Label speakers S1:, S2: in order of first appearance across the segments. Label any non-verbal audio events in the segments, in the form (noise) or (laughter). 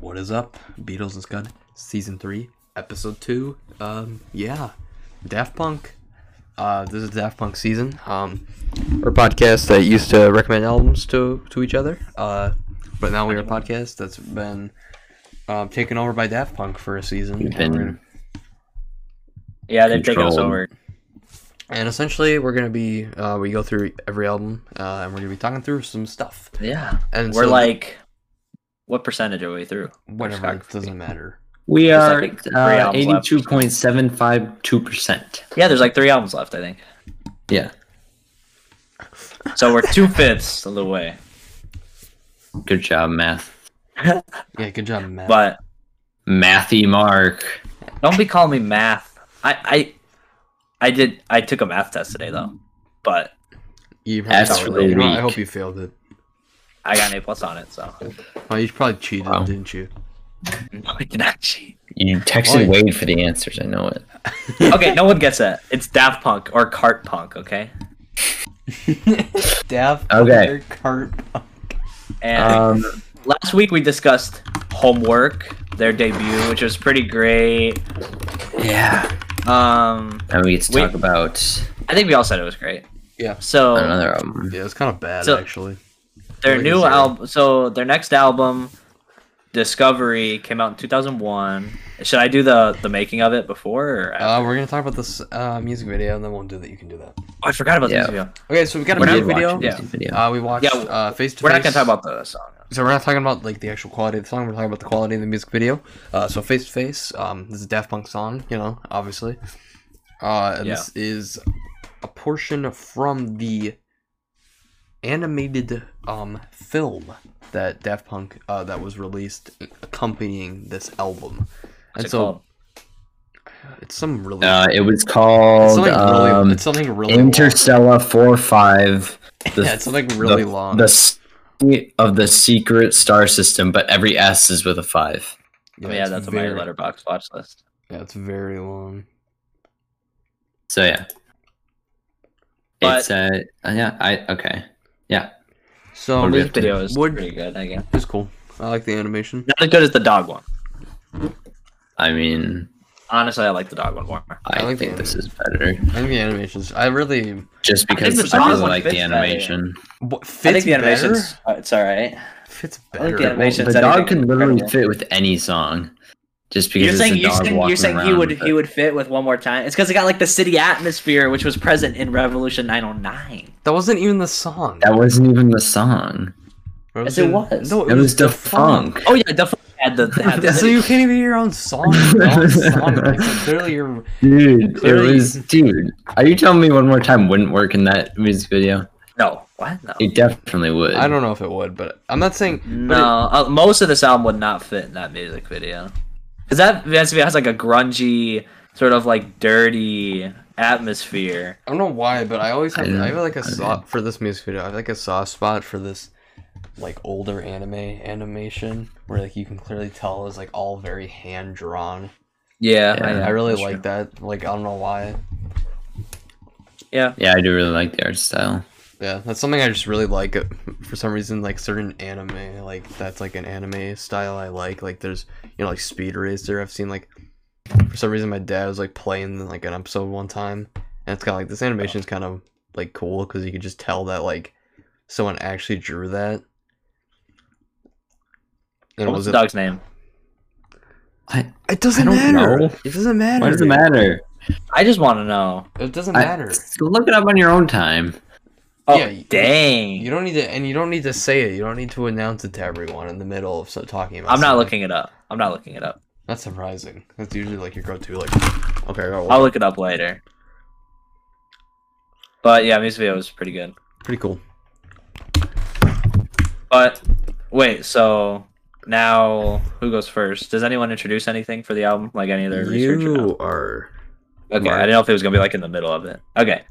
S1: What is up? Beatles is Good, Season 3, Episode 2. Um, yeah. Daft Punk. Uh, this is Daft Punk season. Um, we're a podcast that used to recommend albums to, to each other. Uh, but now we're a podcast that's been um, taken over by Daft Punk for a season.
S2: We've been-
S1: And,
S3: Yeah, they've taken us
S2: Control.
S3: over.
S1: and essentially, we're going to be, uh, we go through every album, uh, and we're going to be talking through some stuff.
S3: Yeah.
S1: And
S3: We're
S1: so
S3: like, what percentage are we through?
S1: whatever, it
S3: discography.
S1: doesn't matter.
S2: We
S3: There's,
S2: are
S3: I think, three albums left.
S2: eighty-two point seven five two percent.
S3: Yeah, there's like three albums left, I think.
S2: Yeah,
S3: So we're two fifths of the way.
S2: good job, math,
S1: Yeah, good job, Matt.
S3: But
S2: mathy Mark.
S3: don't be calling me math. I, I I did I took a math test today though. But
S1: you probably
S2: that's
S1: failed it.
S2: really
S1: You know, I
S2: weak.
S1: hope you failed it.
S3: I got an A plus on it, so (laughs)
S1: Oh, you probably cheated,
S2: Wow.
S1: didn't you?
S3: I did not
S2: (laughs)
S3: cheat.
S2: You
S1: Oh,
S2: texted
S1: yeah.
S2: Wade for the answers. I know it.
S3: Okay, no one gets that. It's Daft Punk or Cart Punk, okay?
S1: Daft
S2: Okay.
S1: Punk, Cart Punk.
S3: And
S2: Um,
S1: (laughs)
S3: last week we discussed Homework, their debut, which was pretty great.
S2: yeah,
S3: Um
S2: and we get to
S3: Wait. Oh.
S2: talk about
S3: I think we all said it was great.
S1: Yeah.
S3: So
S2: another album.
S1: Yeah, it's kind of bad
S3: So-
S1: actually.
S3: their
S1: Like
S3: new
S1: zero.
S3: album so their next album discovery came out in 2001 should i do the the making of it before or
S1: Uh, we're gonna talk about this uh, music video, and then we'll do that. You can do that.
S3: oh, i forgot about
S2: yeah.
S3: this video
S1: Okay, so we got a
S2: We
S1: music
S2: did
S1: video.
S2: watch a music video.
S1: Uh, we watched
S3: Yeah,
S1: uh, face to face.
S3: we're not gonna talk about the song
S1: So we're not talking about like the actual quality of the song. We're talking about the quality of the music video. Uh, so face to face. Um, this is a Daft Punk song, you know, obviously. Uh, and
S3: Yeah.
S1: this is a portion from the animated um film that Daft Punk uh, that was released accompanying this album.
S3: What's
S1: and
S3: it
S1: so
S3: called?
S1: it's some really
S2: Uh, it was
S1: it's
S2: called
S1: something really
S2: um,
S1: it's something really
S2: Interstellar four five.
S1: long. yeah, it's something really
S2: the,
S1: long.
S2: The s- of the secret star system, but every S is with a five.
S3: I mean, Oh, yeah
S1: it's
S3: that's on
S1: very,
S3: my letterbox watch list
S1: Yeah, it's very long.
S2: So yeah,
S3: But-
S2: it's uh, uh, yeah. I okay.
S1: So
S2: What do we
S3: this
S2: have to-
S3: video is
S1: would-
S3: pretty good i guess
S1: It's cool. I like the animation.
S3: not as good as the dog one
S2: I mean,
S3: honestly i like the dog one more
S2: I,
S1: I like
S2: think
S1: the
S2: this is better
S1: I think the animations. I really
S2: just
S3: I think
S2: because
S3: the
S2: I
S3: dog
S2: really
S3: one
S2: like the
S3: fits better.
S2: animation.
S1: what, fits
S3: i think the
S1: better.
S3: animation's uh, it's all right
S1: Fits
S3: I
S1: better.
S3: like the animation.
S2: The
S3: It's
S2: dog
S3: anything
S2: could literally
S3: incredible.
S2: fit with any song, just because
S3: you're
S2: it's
S3: saying
S2: a
S3: you're
S2: dog
S3: saying,
S2: walking
S3: you're saying
S2: around.
S3: he would he
S2: but-
S3: would fit with one more time it's because it got like the city atmosphere which was present in revolution 909
S1: That wasn't even the song.
S2: That wasn't even the song.
S3: Yes, it was.
S1: No, it,
S2: It was
S1: was
S2: defunct.
S3: oh yeah definitely had the, had
S1: (laughs)
S3: the
S1: so you can't even hear your own song. Your own song. Like, clearly, you're.
S2: Dude, it
S1: Clearly-
S2: was. Dude, are you telling me one more time wouldn't work in that music video?
S3: no what no
S2: It definitely would.
S1: I don't know if it would, but I'm not saying.
S3: No, uh, most of this album would not fit in that music video. Because that music video has like a grungy, sort of like dirty atmosphere.
S1: I don't know why, but I always have.
S2: I
S1: I, have like a
S2: don't- I
S1: soft for this music video. I have like a soft spot for this, like older anime animation where like you can clearly tell is like all very hand drawn.
S3: Yeah,
S2: Yeah,
S1: I really
S3: that's
S1: like
S3: true.
S1: that. Like I don't know why.
S3: Yeah,
S2: Yeah, I do really like the art style.
S1: Yeah, that's something I just really like. uh, For some reason, like certain anime, like that's like an anime style I like. Like there's, you know, like Speed Racer. I've seen like, for some reason, my dad was like playing like an episode one time, and it's kind of like this animation's kind of like cool because you could just tell that like someone actually drew that. And
S3: what was the dog's name?
S2: I,
S1: It doesn't
S2: I don't
S1: matter.
S2: know.
S1: It doesn't matter.
S2: why does it matter?
S3: I just want to know.
S1: It doesn't
S2: I-
S1: matter.
S2: look it up on your own time.
S3: Oh,
S1: Yeah, you-
S3: dang!
S1: You don't need to, and you don't need to say it. You don't need to announce it to everyone in the middle of so, talking about.
S3: I'm not
S1: something.
S3: looking it up. I'm not looking it up.
S1: That's surprising. That's usually like your go-to. Like, okay, oh, I got
S3: I'll
S1: one.
S3: look it up later. But yeah, music video was pretty good.
S1: Pretty cool.
S3: But wait, so now who goes first? Does anyone introduce anything for the album? Like any of their research? or no?
S1: You are.
S3: Okay,
S1: Mark.
S3: I didn't know if it was gonna be like in the middle of it. Okay,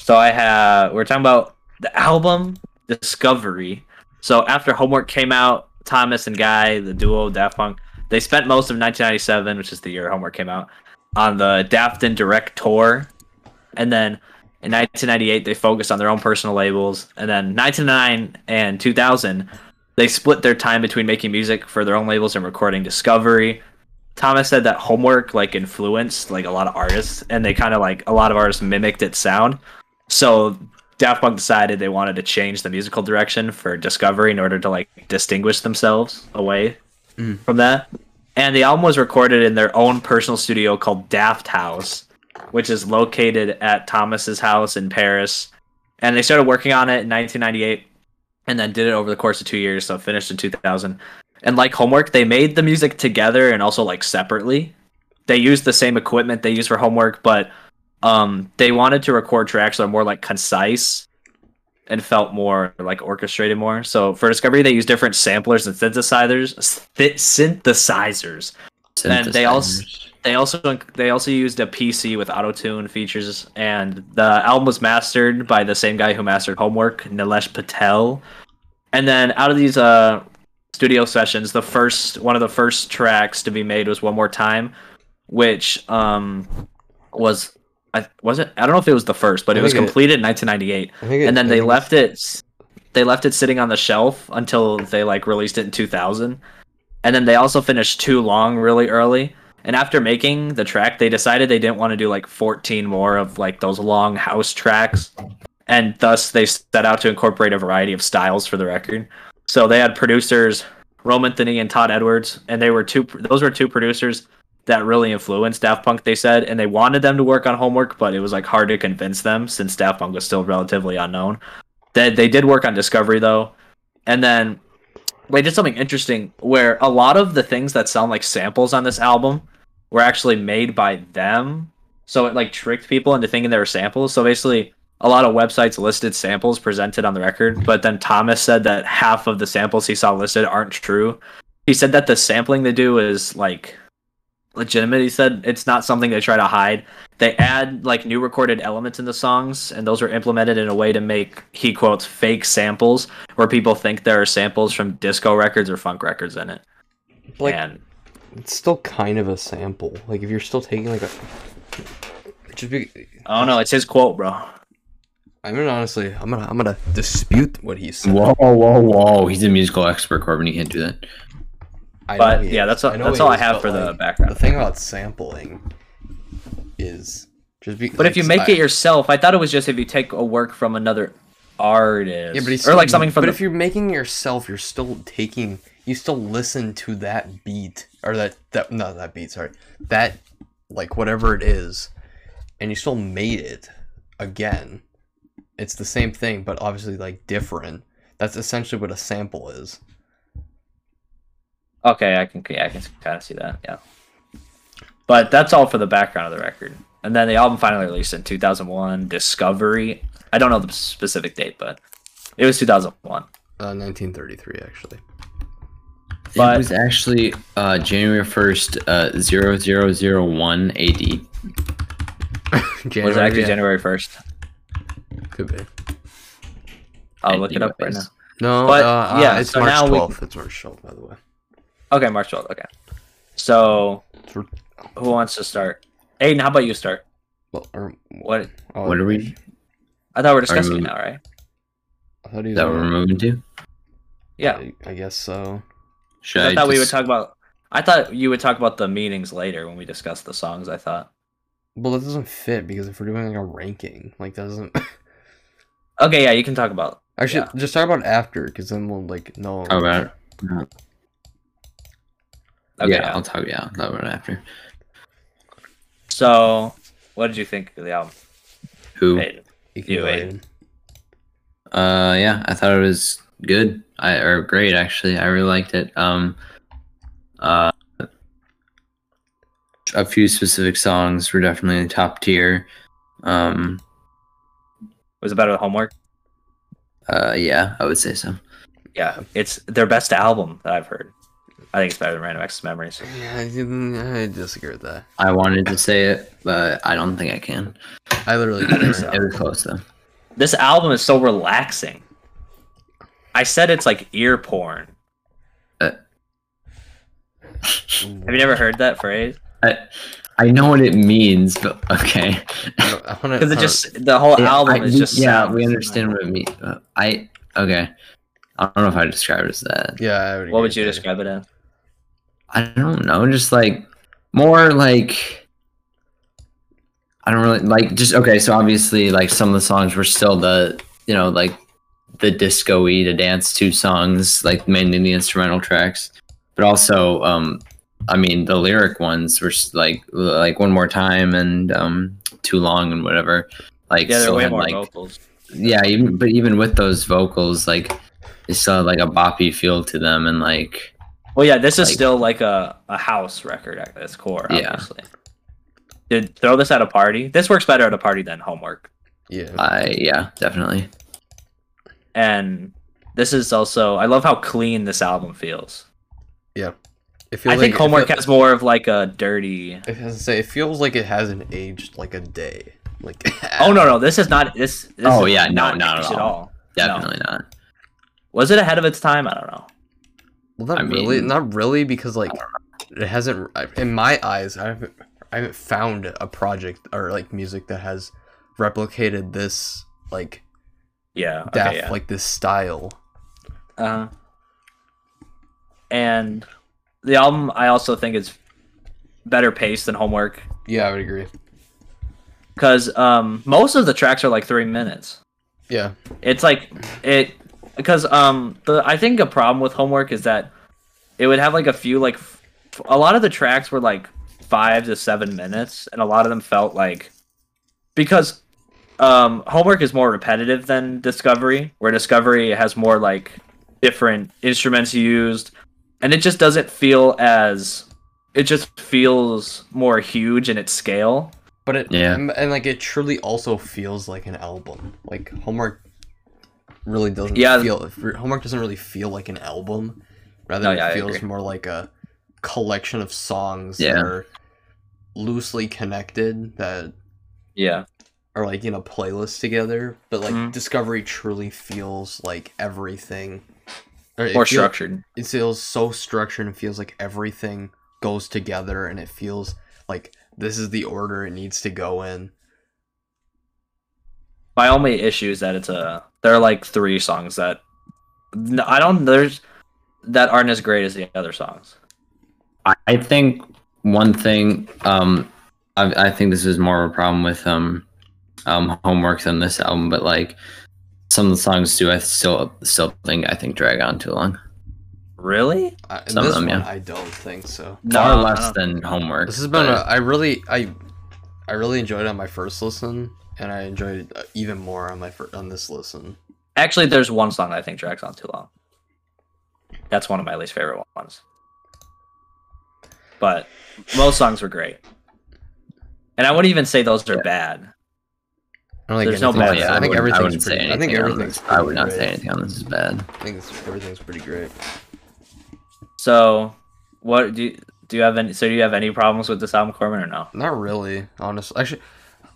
S3: so I have we're talking about the album Discovery. So after Homework came out, Thomas and Guy, the duo Daft Punk, they spent most of 1997, which is the year Homework came out, on the Daft and Direct tour, and then in 1998 they focused on their own personal labels, and then 1999 and 2000 They split their time between making music for their own labels and recording Discovery. Thomas said that homework like influenced like a lot of artists, and they kind of like a lot of artists mimicked its sound. So Daft Punk decided they wanted to change the musical direction for Discovery in order to like distinguish themselves away
S1: Mm.
S3: from that. And the album was recorded in their own personal studio called Daft House, which is located at Thomas's house in Paris. And they started working on it in 1998 and then did it over the course of 2 years, so finished in 2000. And like Homework, they made the music together and also like separately. They used the same equipment they used for Homework, but um they wanted to record tracks that are more like concise and felt more like orchestrated more so for discovery they used different samplers and synthesizers synth- synthesizers And they also-
S2: Synthesizers.
S3: they also they also used a pc with auto-tune features and the album was mastered by the same guy who mastered homework nilesh patel and then out of these uh studio sessions the first one of the first tracks to be made was one more time which um was I was it I don't know if it was the first, but
S1: I
S3: it was
S1: think it-
S3: completed in 1998,
S1: I think it-
S3: and then
S1: I
S3: they
S1: think
S3: left it. They left it sitting on the shelf until they like released it in 2000, and then they also finished Too Long really early. And after making the track, they decided they didn't want to do like 14 more of like those long house tracks, and thus they set out to incorporate a variety of styles for the record. So they had producers Roman Thinny and Todd Edwards, and they were two. Those were two producers that really influenced Daft Punk. They said, and they wanted them to work on Homework, but it was like hard to convince them since Daft Punk was still relatively unknown. That they, did work on Discovery though, and then they did something interesting where a lot of the things that sound like samples on this album were actually made by them. So it like tricked people into thinking they were samples. So basically, a lot of websites listed samples presented on the record, but then Thomas said that half of the samples he saw listed aren't true. He said that the sampling they do is like legitimate. He said it's not something they try to hide. They add like new recorded elements in the songs, and those are implemented in a way to make he quotes fake samples where people think there are samples from disco records or funk records in it.
S1: Like
S3: and
S1: it's still kind of a sample. Like if you're still taking like a just be,
S3: I don't know, it's his quote, bro.
S1: I mean honestly, I'm gonna I'm gonna dispute what he said.
S2: Whoa, whoa, whoa! He's a musical expert, Corbin. You can't do that.
S1: I know
S3: But
S1: he
S3: yeah,
S1: is.
S3: that's all,
S1: know
S3: that's
S1: he
S3: all I
S1: is,
S3: have
S1: but,
S3: for the
S1: like,
S3: background.
S1: The thing about sampling is just be,
S3: But if you
S1: like,
S3: make
S1: I-
S3: it yourself, I thought it was just if you take a work from another artist,
S1: Yeah, but he's
S3: or
S1: still-
S3: like something from
S1: But
S3: the,
S1: if you're making yourself, you're still taking. You still listen to that beat or that that no that beat sorry that like whatever it is, and you still made it again. It's the same thing, but obviously like different. That's essentially what a sample is.
S3: okay, I can yeah, I can kind of see that, yeah. But that's all for the background of the record, and then the album finally released in 2001, Discovery. I don't know the specific date, but it was 2001.
S1: Uh, 1933 actually.
S3: But-
S2: it was actually uh, January first, uh, 0001 AD.
S1: January,
S3: Was it actually
S1: yeah,
S3: January 1st?
S1: Could be.
S3: I'll look it up right now.
S2: Anyways.
S1: No,
S3: But,
S1: uh, yeah,
S3: yeah,
S1: it's
S3: so
S1: March
S3: now we-
S1: 12th. It's March 12th, by the way.
S3: Okay, March 12th. Okay. So,
S1: It's re-
S3: who wants to start? Aiden, how about you start?
S1: well, or-
S3: What
S1: oh,
S2: What are we
S3: I thought we are discussing it
S2: moving-
S3: now, right?
S1: I thought he was
S2: that we're
S1: on-
S2: moving to?
S3: Yeah.
S1: I- I guess so.
S2: Should
S3: I, thought we would
S2: just-
S3: talk about. I thought you would talk about the meetings later when we discuss the songs. I thought.
S1: Well, that doesn't fit because if we're doing like a ranking, like that doesn't. (laughs)
S3: Okay, yeah, you can talk about.
S1: Actually,
S3: Yeah.
S1: just talk about after, because then we'll like know.
S3: Oh,
S2: Talk about it.
S3: Okay.
S2: yeah, I'll talk. Yeah, I'll talk about it after.
S3: So, what did you think of the album?
S2: Who?
S3: Aiden?
S1: You can
S3: You
S1: go
S3: wait.
S1: ahead.
S2: Uh, yeah, I thought it was good. I or great actually. I really liked it. Um, uh, a few specific songs were definitely top tier. Um,
S3: Was it better than Homework?
S2: uh, yeah, I would say so.
S3: Yeah, it's their best album that I've heard. I think it's better than Random Access Memories.
S1: Yeah, I, didn't, I disagree with that.
S2: I wanted to say it, but I don't think I can.
S1: I literally
S2: it
S3: (clears throat)
S1: did
S2: was
S1: so.
S2: it was close though.
S3: This album is so relaxing. I said it's like ear porn. Have you never heard that phrase?
S2: I, I know what it means, but okay.
S1: I don't- I wanna-
S3: Because
S1: I
S3: it
S1: don't-
S3: just the whole
S2: Yeah,
S3: album
S2: I-
S3: is just
S2: yeah.
S3: sounds.
S2: We understand what it means. Uh, I okay. I don't know if I describe it as that.
S1: Yeah, I would
S3: What
S1: agree
S3: would you
S1: with
S3: describe it as?
S2: I don't know, just like more like I don't really like just okay, so obviously like some of the songs were still the you know, like the disco y to dance to songs, like mainly the instrumental tracks. But also, um I mean the lyric ones were s- like like one more time and um too long and whatever. Like
S3: Yeah, they're
S2: still
S3: way
S2: had,
S3: more
S2: like
S3: vocals.
S2: yeah even but even with those vocals like they still had like a boppy feel to them and like
S3: Well, yeah, this is
S2: Like-
S3: still like a, a house record at its core,
S2: Yeah.
S3: obviously. Dude, throw this at a party. This works better at a party than homework.
S1: Yeah.
S2: I yeah, definitely.
S3: And this is also, I love how clean this album feels.
S1: It feels
S3: I think
S1: like-
S3: homework
S1: It,
S3: has more of like a dirty.
S1: feel- I was gonna say, it feels like it hasn't aged like a day. Like. (laughs)
S3: Oh no, no, this is not this. this
S2: Oh,
S3: is
S2: yeah, no,
S3: not
S2: not at
S3: aged
S2: all.
S3: No.
S2: Definitely not.
S3: Was it ahead of its time? I don't know.
S1: Well, not
S2: I
S1: really.
S2: mean-
S1: Not really, because like it hasn't. I- In my eyes, I haven't. I haven't found a project or like music that has replicated this like
S3: Yeah, okay,
S1: def
S3: yeah.
S1: like this style.
S3: Uh, and the album, I also think is better paced than homework
S1: Yeah, I would agree.
S3: because um, most of the tracks are like three minutes.
S1: Yeah,
S3: It's like it because um the I think a problem with homework is that it would have like a few like f- a lot of the tracks were like five to seven minutes, and a lot of them felt like because um homework is more repetitive than discovery, where discovery has more like different instruments used, and it just doesn't feel as it just feels more huge in its scale.
S1: but it
S2: Yeah.
S1: and, and like it truly also feels like an album. Like homework really doesn't
S3: Yeah.
S1: feel. Homework doesn't really feel like an album. Rather,
S3: No,
S1: it
S3: yeah, I
S1: feels
S3: agree.
S1: more like a collection of songs
S2: Yeah.
S1: that are loosely connected that
S3: Yeah.
S1: or like you know playlists together but like
S3: Mhm.
S1: discovery truly feels like everything or it
S3: More
S1: feel-
S3: structured.
S1: it feels so structured and feels like everything goes together and it feels like this is the order it needs to go in
S3: my only issue is that it's a there are like three songs that no, I don't there's that aren't as great as the other songs.
S2: I, I think one thing um I, I think this is more of a problem with um um homework than this album, but like some of the songs do I still still think I think drag on too long.
S3: Really?
S1: I, in
S2: Some of
S1: this
S2: them,
S1: one,
S2: yeah.
S1: i don't think so
S2: Far
S3: I
S2: less
S3: don't-
S2: than homework.
S1: this has been a,
S2: but-
S1: i really i i really enjoyed it on my first listen and i enjoyed it uh, even more on my fir- on this listen
S3: Actually, there's one song that I think drags on too long. That's one of my least favorite ones. But most songs were great, and I wouldn't even say those are bad.
S1: I don't think
S3: There's no
S1: anything's-
S3: bad-
S2: yeah,
S1: I think
S2: wouldn't-
S1: everything's
S2: wouldn't say
S1: pretty. I think
S2: anything on
S1: everything's.
S2: this- I would not
S1: pretty
S2: say
S1: great.
S2: anything on this is bad.
S1: I think it's, everything's pretty great.
S3: So, what do you, do you have any? So, do you have any problems with this album, Corbin, or no?
S1: Not really, honestly. Actually,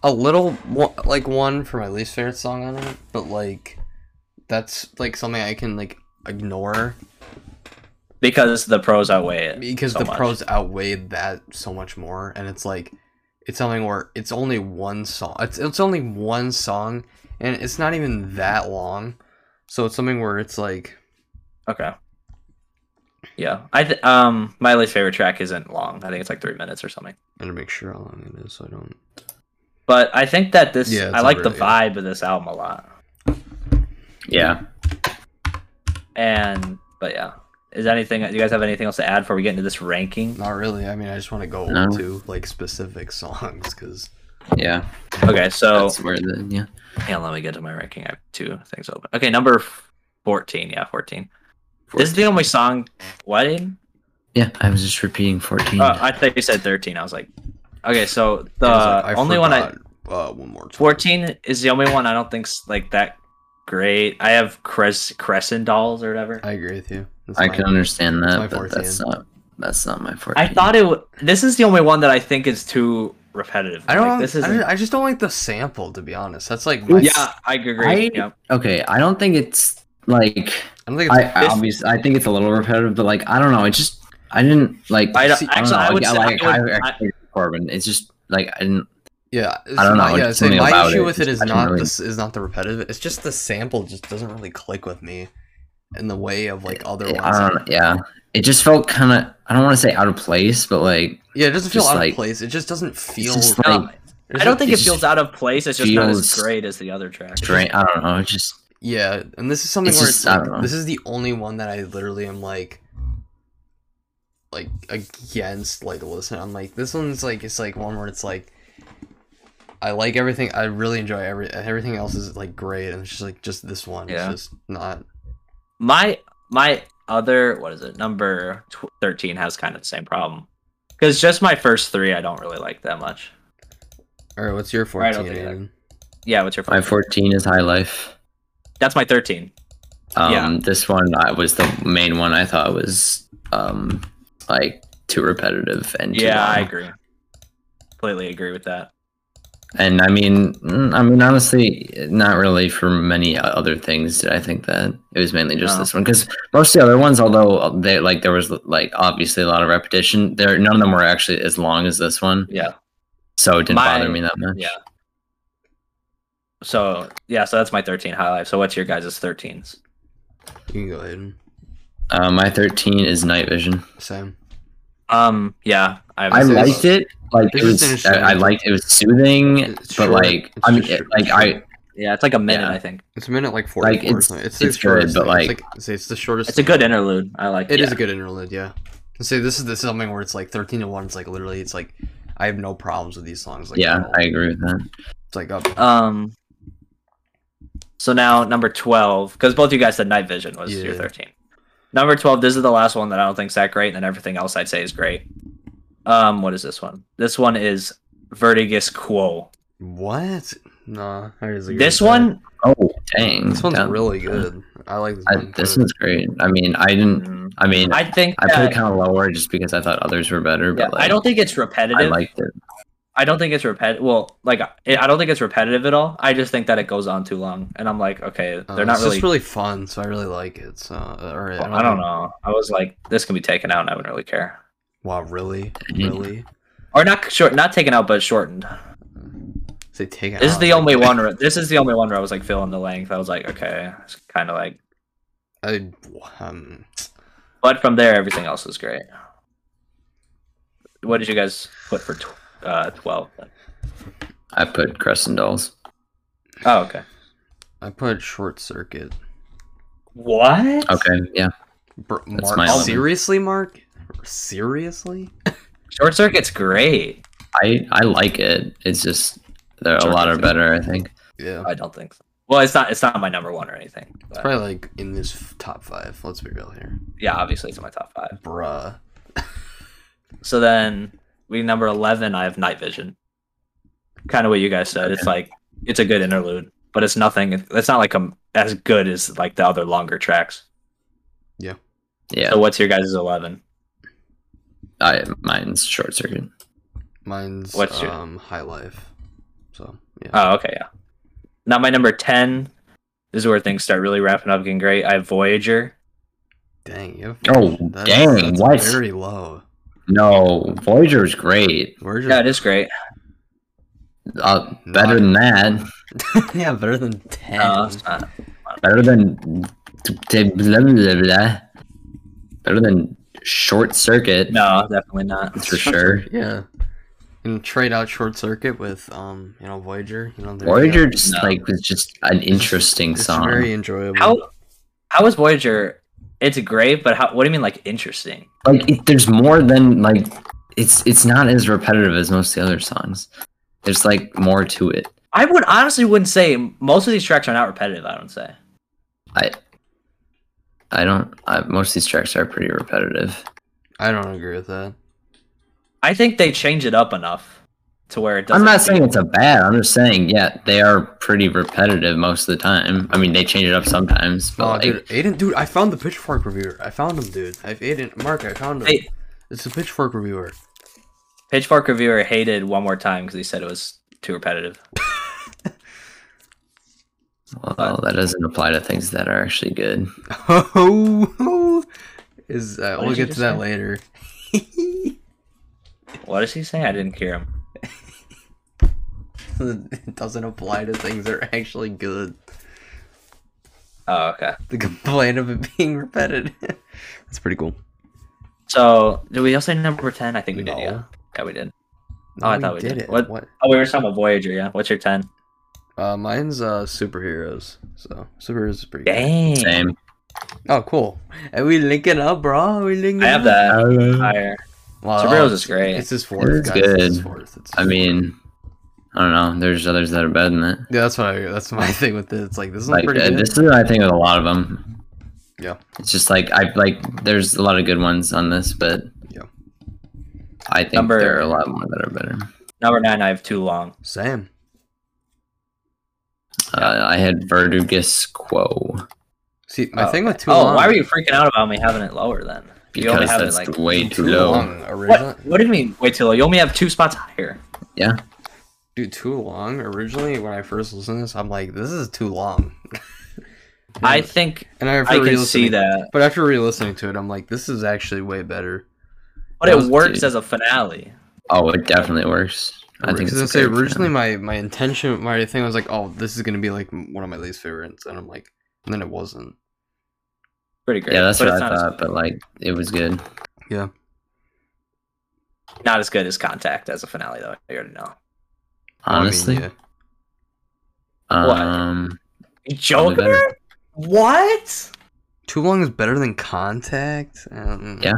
S1: a little one, like one for my least favorite song on it, but like that's like something I can like ignore
S3: Because the pros outweigh it.
S1: because
S3: so
S1: the
S3: much.
S1: pros outweigh that so much more, and it's like it's something where it's only one song. It's it's only one song, and it's not even that long, so it's something where it's like
S3: Okay. Yeah, I th- um my least favorite track isn't long. I think it's like three minutes or something.
S1: I'm gonna make sure how long it is, so I don't.
S3: But I think that this
S1: Yeah, it's
S3: I like the
S1: overrated.
S3: vibe of this album a lot.
S2: Yeah.
S3: And but yeah, is anything? Do you guys have anything else to add before we get into this ranking?
S1: Not really. I mean, I just want to go
S2: No.
S1: into like specific (laughs) songs because
S2: Yeah.
S3: Okay, so
S2: That's where the yeah.
S3: hang on, let me get to my ranking. I have two things open. Okay, number f- fourteen. Yeah, fourteen. This is the only song. What?
S2: Yeah, I was just repeating fourteen.
S3: Uh, I thought you said thirteen. I was like, okay, so the only one I
S1: uh, one more time.
S3: 14 is the only one I don't think's like that great. I have Cres- Crescent dolls or whatever. I,
S1: I agree with you. That's
S2: I
S1: my-
S2: can understand
S1: that's my
S2: that, but that's
S1: 14.
S2: not that's not my fourteen.
S3: thought it. W- this is the only one that I think is too repetitive.
S1: I don't.
S3: Like, this is.
S1: I, don't-
S3: not
S1: I just don't like the sample, to be honest. That's like. My,
S3: Yeah, I agree.
S2: I-
S3: yeah.
S2: okay. I don't think it's like
S1: I don't think it's,
S2: I, um, I obviously I think it's a little repetitive, but like I don't know. It just I didn't like.
S3: I don't-
S1: see,
S2: I don't
S3: actually,
S2: know,
S3: I would
S2: like,
S3: say
S2: like,
S3: I
S2: I
S3: would- I-
S2: actually Corbin. It's just like I didn't.
S1: yeah. it's
S2: I don't
S1: not-
S2: know,
S1: Yeah,
S2: just
S1: so
S2: something
S1: my
S2: about
S1: issue
S2: it
S1: with it
S2: just-
S1: is
S2: I don't
S1: not
S2: really-
S1: this is not the repetitive. It's just the sample just doesn't really click with me. in the way of like other ones.
S2: I don't. Yeah, it just felt kind of. I don't want to say out of place, but like
S1: yeah, it doesn't feel
S2: just
S1: out of
S2: like-
S1: place. It just doesn't feel.
S2: just
S1: it
S2: like-
S3: No, I don't think
S2: it
S3: it
S2: just
S3: feels out of place. It's just not as
S2: feels-
S3: great as the other track.
S2: strange. I don't know. It just
S1: Yeah, and this is something
S2: It's
S1: where
S2: just-
S1: it's like,
S2: I don't know.
S1: this is the only one that I literally am like, like against like listen. I'm like this one's like it's like one where it's like, I like everything. I really enjoy every everything else is like great, and it's just like just this one.
S3: Yeah.
S1: It's just not.
S3: My my other what is it number tw- thirteen has kind of the same problem because just my first three I don't really like that much.
S1: All right, what's your
S3: Alright, I'll
S1: fourteen?
S3: take that.
S1: Aiden?
S3: Yeah, what's your
S2: my
S3: five?
S2: fourteen is high life.
S3: That's my thirteen.
S2: Um,
S3: Yeah.
S2: this one I was the main one. I thought was um like too repetitive and too
S3: Yeah, I
S2: long.
S3: agree. Completely agree with that.
S2: and I mean, mm, I mean, honestly, not really for many other things. Did I think that it was mainly just
S3: No.
S2: this one? Because most of the other ones, although they like there was like obviously a lot of repetition, there none of them were actually as long as this one,
S3: Yeah.
S2: so it didn't
S3: My-
S2: bother me that much.
S3: yeah. So yeah, so that's my thirteen high life. So what's your guys' thirteens?
S1: You can go ahead.
S2: Uh, my thirteen is night vision.
S1: Sam.
S3: Um, yeah, I,
S2: I
S3: was-
S2: liked it. Like
S1: It's
S2: it
S1: just
S2: was,
S1: interesting.
S2: I, I liked it was soothing,
S1: It's
S2: but
S1: short.
S2: like
S1: It's
S2: I mean,
S1: just
S2: it,
S1: short.
S2: like I
S3: Yeah, it's like a minute,
S2: Yeah.
S3: I think.
S1: It's a minute like forty. Like it's
S2: it's-
S1: it's,
S2: it's
S1: the shortest
S2: good, but,
S1: thing.
S2: like-
S1: it's, say it's the shortest.
S3: It's a good interlude. I like
S1: It is
S3: it.
S1: a good interlude, yeah. And say this is this is something where it's like thirteen to one. It's like literally, it's like I have no problems with these songs. Like, at
S2: yeah,
S1: all.
S2: I agree with that.
S1: it's like up.
S3: Um. So now number twelve, because both you guys said night vision was your
S1: Yeah.
S3: thirteen. Number twelve. This is the last one that I don't think's that great, and then everything else I'd say is great. Um, what is this one? This one is Vertigus Quo.
S1: What? Nah, I disagree
S3: This
S1: with that.
S3: one,
S2: Oh dang,
S1: This one's
S2: that-
S1: really good. I like this
S2: I,
S1: one.
S2: this
S1: but-
S2: one's great. I mean, I didn't.
S3: mm,
S2: I mean,
S3: I think
S2: I
S3: that-
S2: put it kind of lower just because I thought others were better.
S3: yeah,
S2: But like,
S3: I don't think it's
S2: I
S3: repetitive.
S2: liked it.
S3: I don't think it's repetitive. Well, like I I don't think it's repetitive at all. I just think that it goes on too long, and I'm like, okay,
S1: uh,
S3: they're not
S1: it's
S3: really.
S1: just really fun, so I really like it. So, or,
S3: I, don't know. I was like, this can be taken out, and I wouldn't really care.
S1: Wow, really,
S3: Mm-hmm.
S2: Yeah.
S1: really?
S3: Or not short, not taken out, but shortened.
S1: Say take it
S3: This is
S1: out,
S3: the
S1: like,
S3: only one. Where, this is the only one where I was like filling the length. I was like, okay, it's kind of like.
S1: I, um,
S3: But from there, everything else is great. What did you guys put for tw- uh, twelve?
S2: I put Crescent Dolls.
S3: Oh, okay.
S1: I put short circuit.
S3: What?
S2: Okay, yeah.
S1: Br-
S2: That's
S1: Mark,
S2: my element.
S1: seriously, Mark? Seriously?
S3: Short circuit's great.
S2: I I like it. It's just they're a
S3: Sure,
S2: lot are
S3: sure.
S2: better. I think.
S1: Yeah,
S3: I don't think so. Well, it's not. It's not my number one or anything.
S1: it's
S3: but-
S1: probably like in this f- top five. Let's be real here,
S3: yeah, obviously, it's in my top five.
S1: bruh.
S3: So then we number eleven. I have night vision. Kind of what you guys said. It's like it's a good interlude, but it's nothing. It's not like a, as good as like the other longer tracks.
S2: Yeah,
S3: So what's your guys' eleven?
S2: I mine's Short Circuit.
S1: Mine's
S3: What's your-
S1: um high life. So yeah.
S3: Oh, okay, yeah. Now my number ten. This is where things start really wrapping up, getting great. I have Voyager.
S1: Dang, you have
S2: Oh,
S1: that's-
S2: dang,
S1: that's
S2: what?
S1: Very low.
S2: No, Voyager's great.
S1: We're
S3: Yeah,
S1: just
S3: it is great.
S2: Uh, better than that.
S1: (laughs) yeah, better than ten.
S2: uh,
S3: No, it's not.
S2: Better than blah, blah, blah, blah. better than Short Circuit.
S3: No, definitely
S1: (laughs)
S3: not.
S2: that's for sure.
S1: yeah. And trade out short circuit with um, you know, Voyager. You know, there's,
S2: Voyager just
S3: No.
S2: like was just an interesting
S1: it's
S2: song.
S1: very enjoyable.
S3: How how is Voyager? It's great, but how? What do you mean, like interesting?
S2: like it, there's more than like it's it's not as repetitive as most of the other songs there's like more to it
S3: I would honestly wouldn't say most of these tracks are not repetitive. I don't say.
S2: i don't I, most of these tracks are pretty repetitive
S1: I don't agree with that.
S3: I think they change it up enough to where it doesn't.
S2: i'm not saying it's a bad i'm just saying yeah they are pretty repetitive most of the time i mean they change it up sometimes but
S1: Oh,
S2: like,
S1: dude, Aiden, dude, I found the Pitchfork reviewer. I found him, dude. I Aiden, Mark, I found him.
S3: Hey.
S1: It's a Pitchfork reviewer. (laughs)
S3: Pitchfork reviewer hated one more time because he said it was too repetitive.
S2: well that doesn't apply to things that are actually good
S1: Oh, is uh,
S3: What
S1: we'll
S3: did you
S1: get to
S3: just
S1: that
S3: say?
S1: later. (laughs)
S3: What does he say? I didn't hear him.
S1: (laughs) it doesn't apply to things that are actually good.
S3: Oh, okay.
S1: They complain of it being repetitive. (laughs) That's pretty cool.
S3: So did we all say number ten? I think we
S1: No.
S3: did. Yeah, yeah, we did.
S1: No,
S3: Oh, I thought we did. What-
S1: what?
S3: Oh, we were talking about Voyager. Yeah. What's your ten?
S1: Uh, mine's uh superheroes. So superheroes is pretty. Good.
S3: Dang.
S2: Same.
S1: Oh, cool. And we linking up, bro. we linking.
S3: I have
S1: up?
S3: that
S2: I
S3: higher.
S1: Well,
S3: Superheroes is great.
S1: It's his fourth.
S2: Um, It's
S1: guys, it's his
S2: good.
S1: fourth. It's his
S2: mean, I don't know. There's others that are better than it.
S1: fourth. yeah, that's what I, that's my (laughs) thing with it. It's like this is
S2: Like
S1: pretty
S2: uh,
S1: good.
S2: this is, I think, with a lot of them.
S1: Yeah.
S2: It's just like I like. There's a lot of good ones on this, but
S1: Yeah.
S2: I think
S3: Number-
S2: there are a lot more that are better.
S3: Number nine, I have too long.
S1: Sam.
S2: Uh, I had Verdugus Quo
S1: See, my
S3: Oh,
S1: thing with
S3: okay.
S1: too
S3: oh,
S1: long.
S3: why were you freaking out about me having it lower then? you only
S2: because
S3: have it
S2: that's
S3: like
S2: way too,
S1: too
S2: low.
S1: long? Originally,
S3: what? What do you mean way too low? You only have two spots higher.
S1: dude, too long. Originally, when I first listened to this, I'm like, this is too long. (laughs)
S3: I think
S1: and after
S3: I can
S1: re-listening-
S3: see that,
S1: But after re-listening to it, I'm like, this is actually way better.
S3: but it
S2: Those
S3: works
S2: two.
S3: as a finale.
S2: Oh, it definitely works. I think
S1: Because
S2: it's a
S1: say
S2: great
S1: originally
S2: plan.
S1: my my intention, my thing was like, oh, this is gonna be like m- one of my least favorites, and I'm like, and then it wasn't.
S3: Pretty great.
S2: yeah, that's
S3: but
S2: what I
S3: it's not as-
S2: thought, but like it was good.
S3: not as good as Contact as a finale, though. I already know.
S1: Well, I mean,
S2: Honestly,
S1: yeah.
S3: What?
S2: um, Probably
S3: Joker?
S2: better.
S3: What?
S1: too long is better than contact. Um,
S2: Yeah.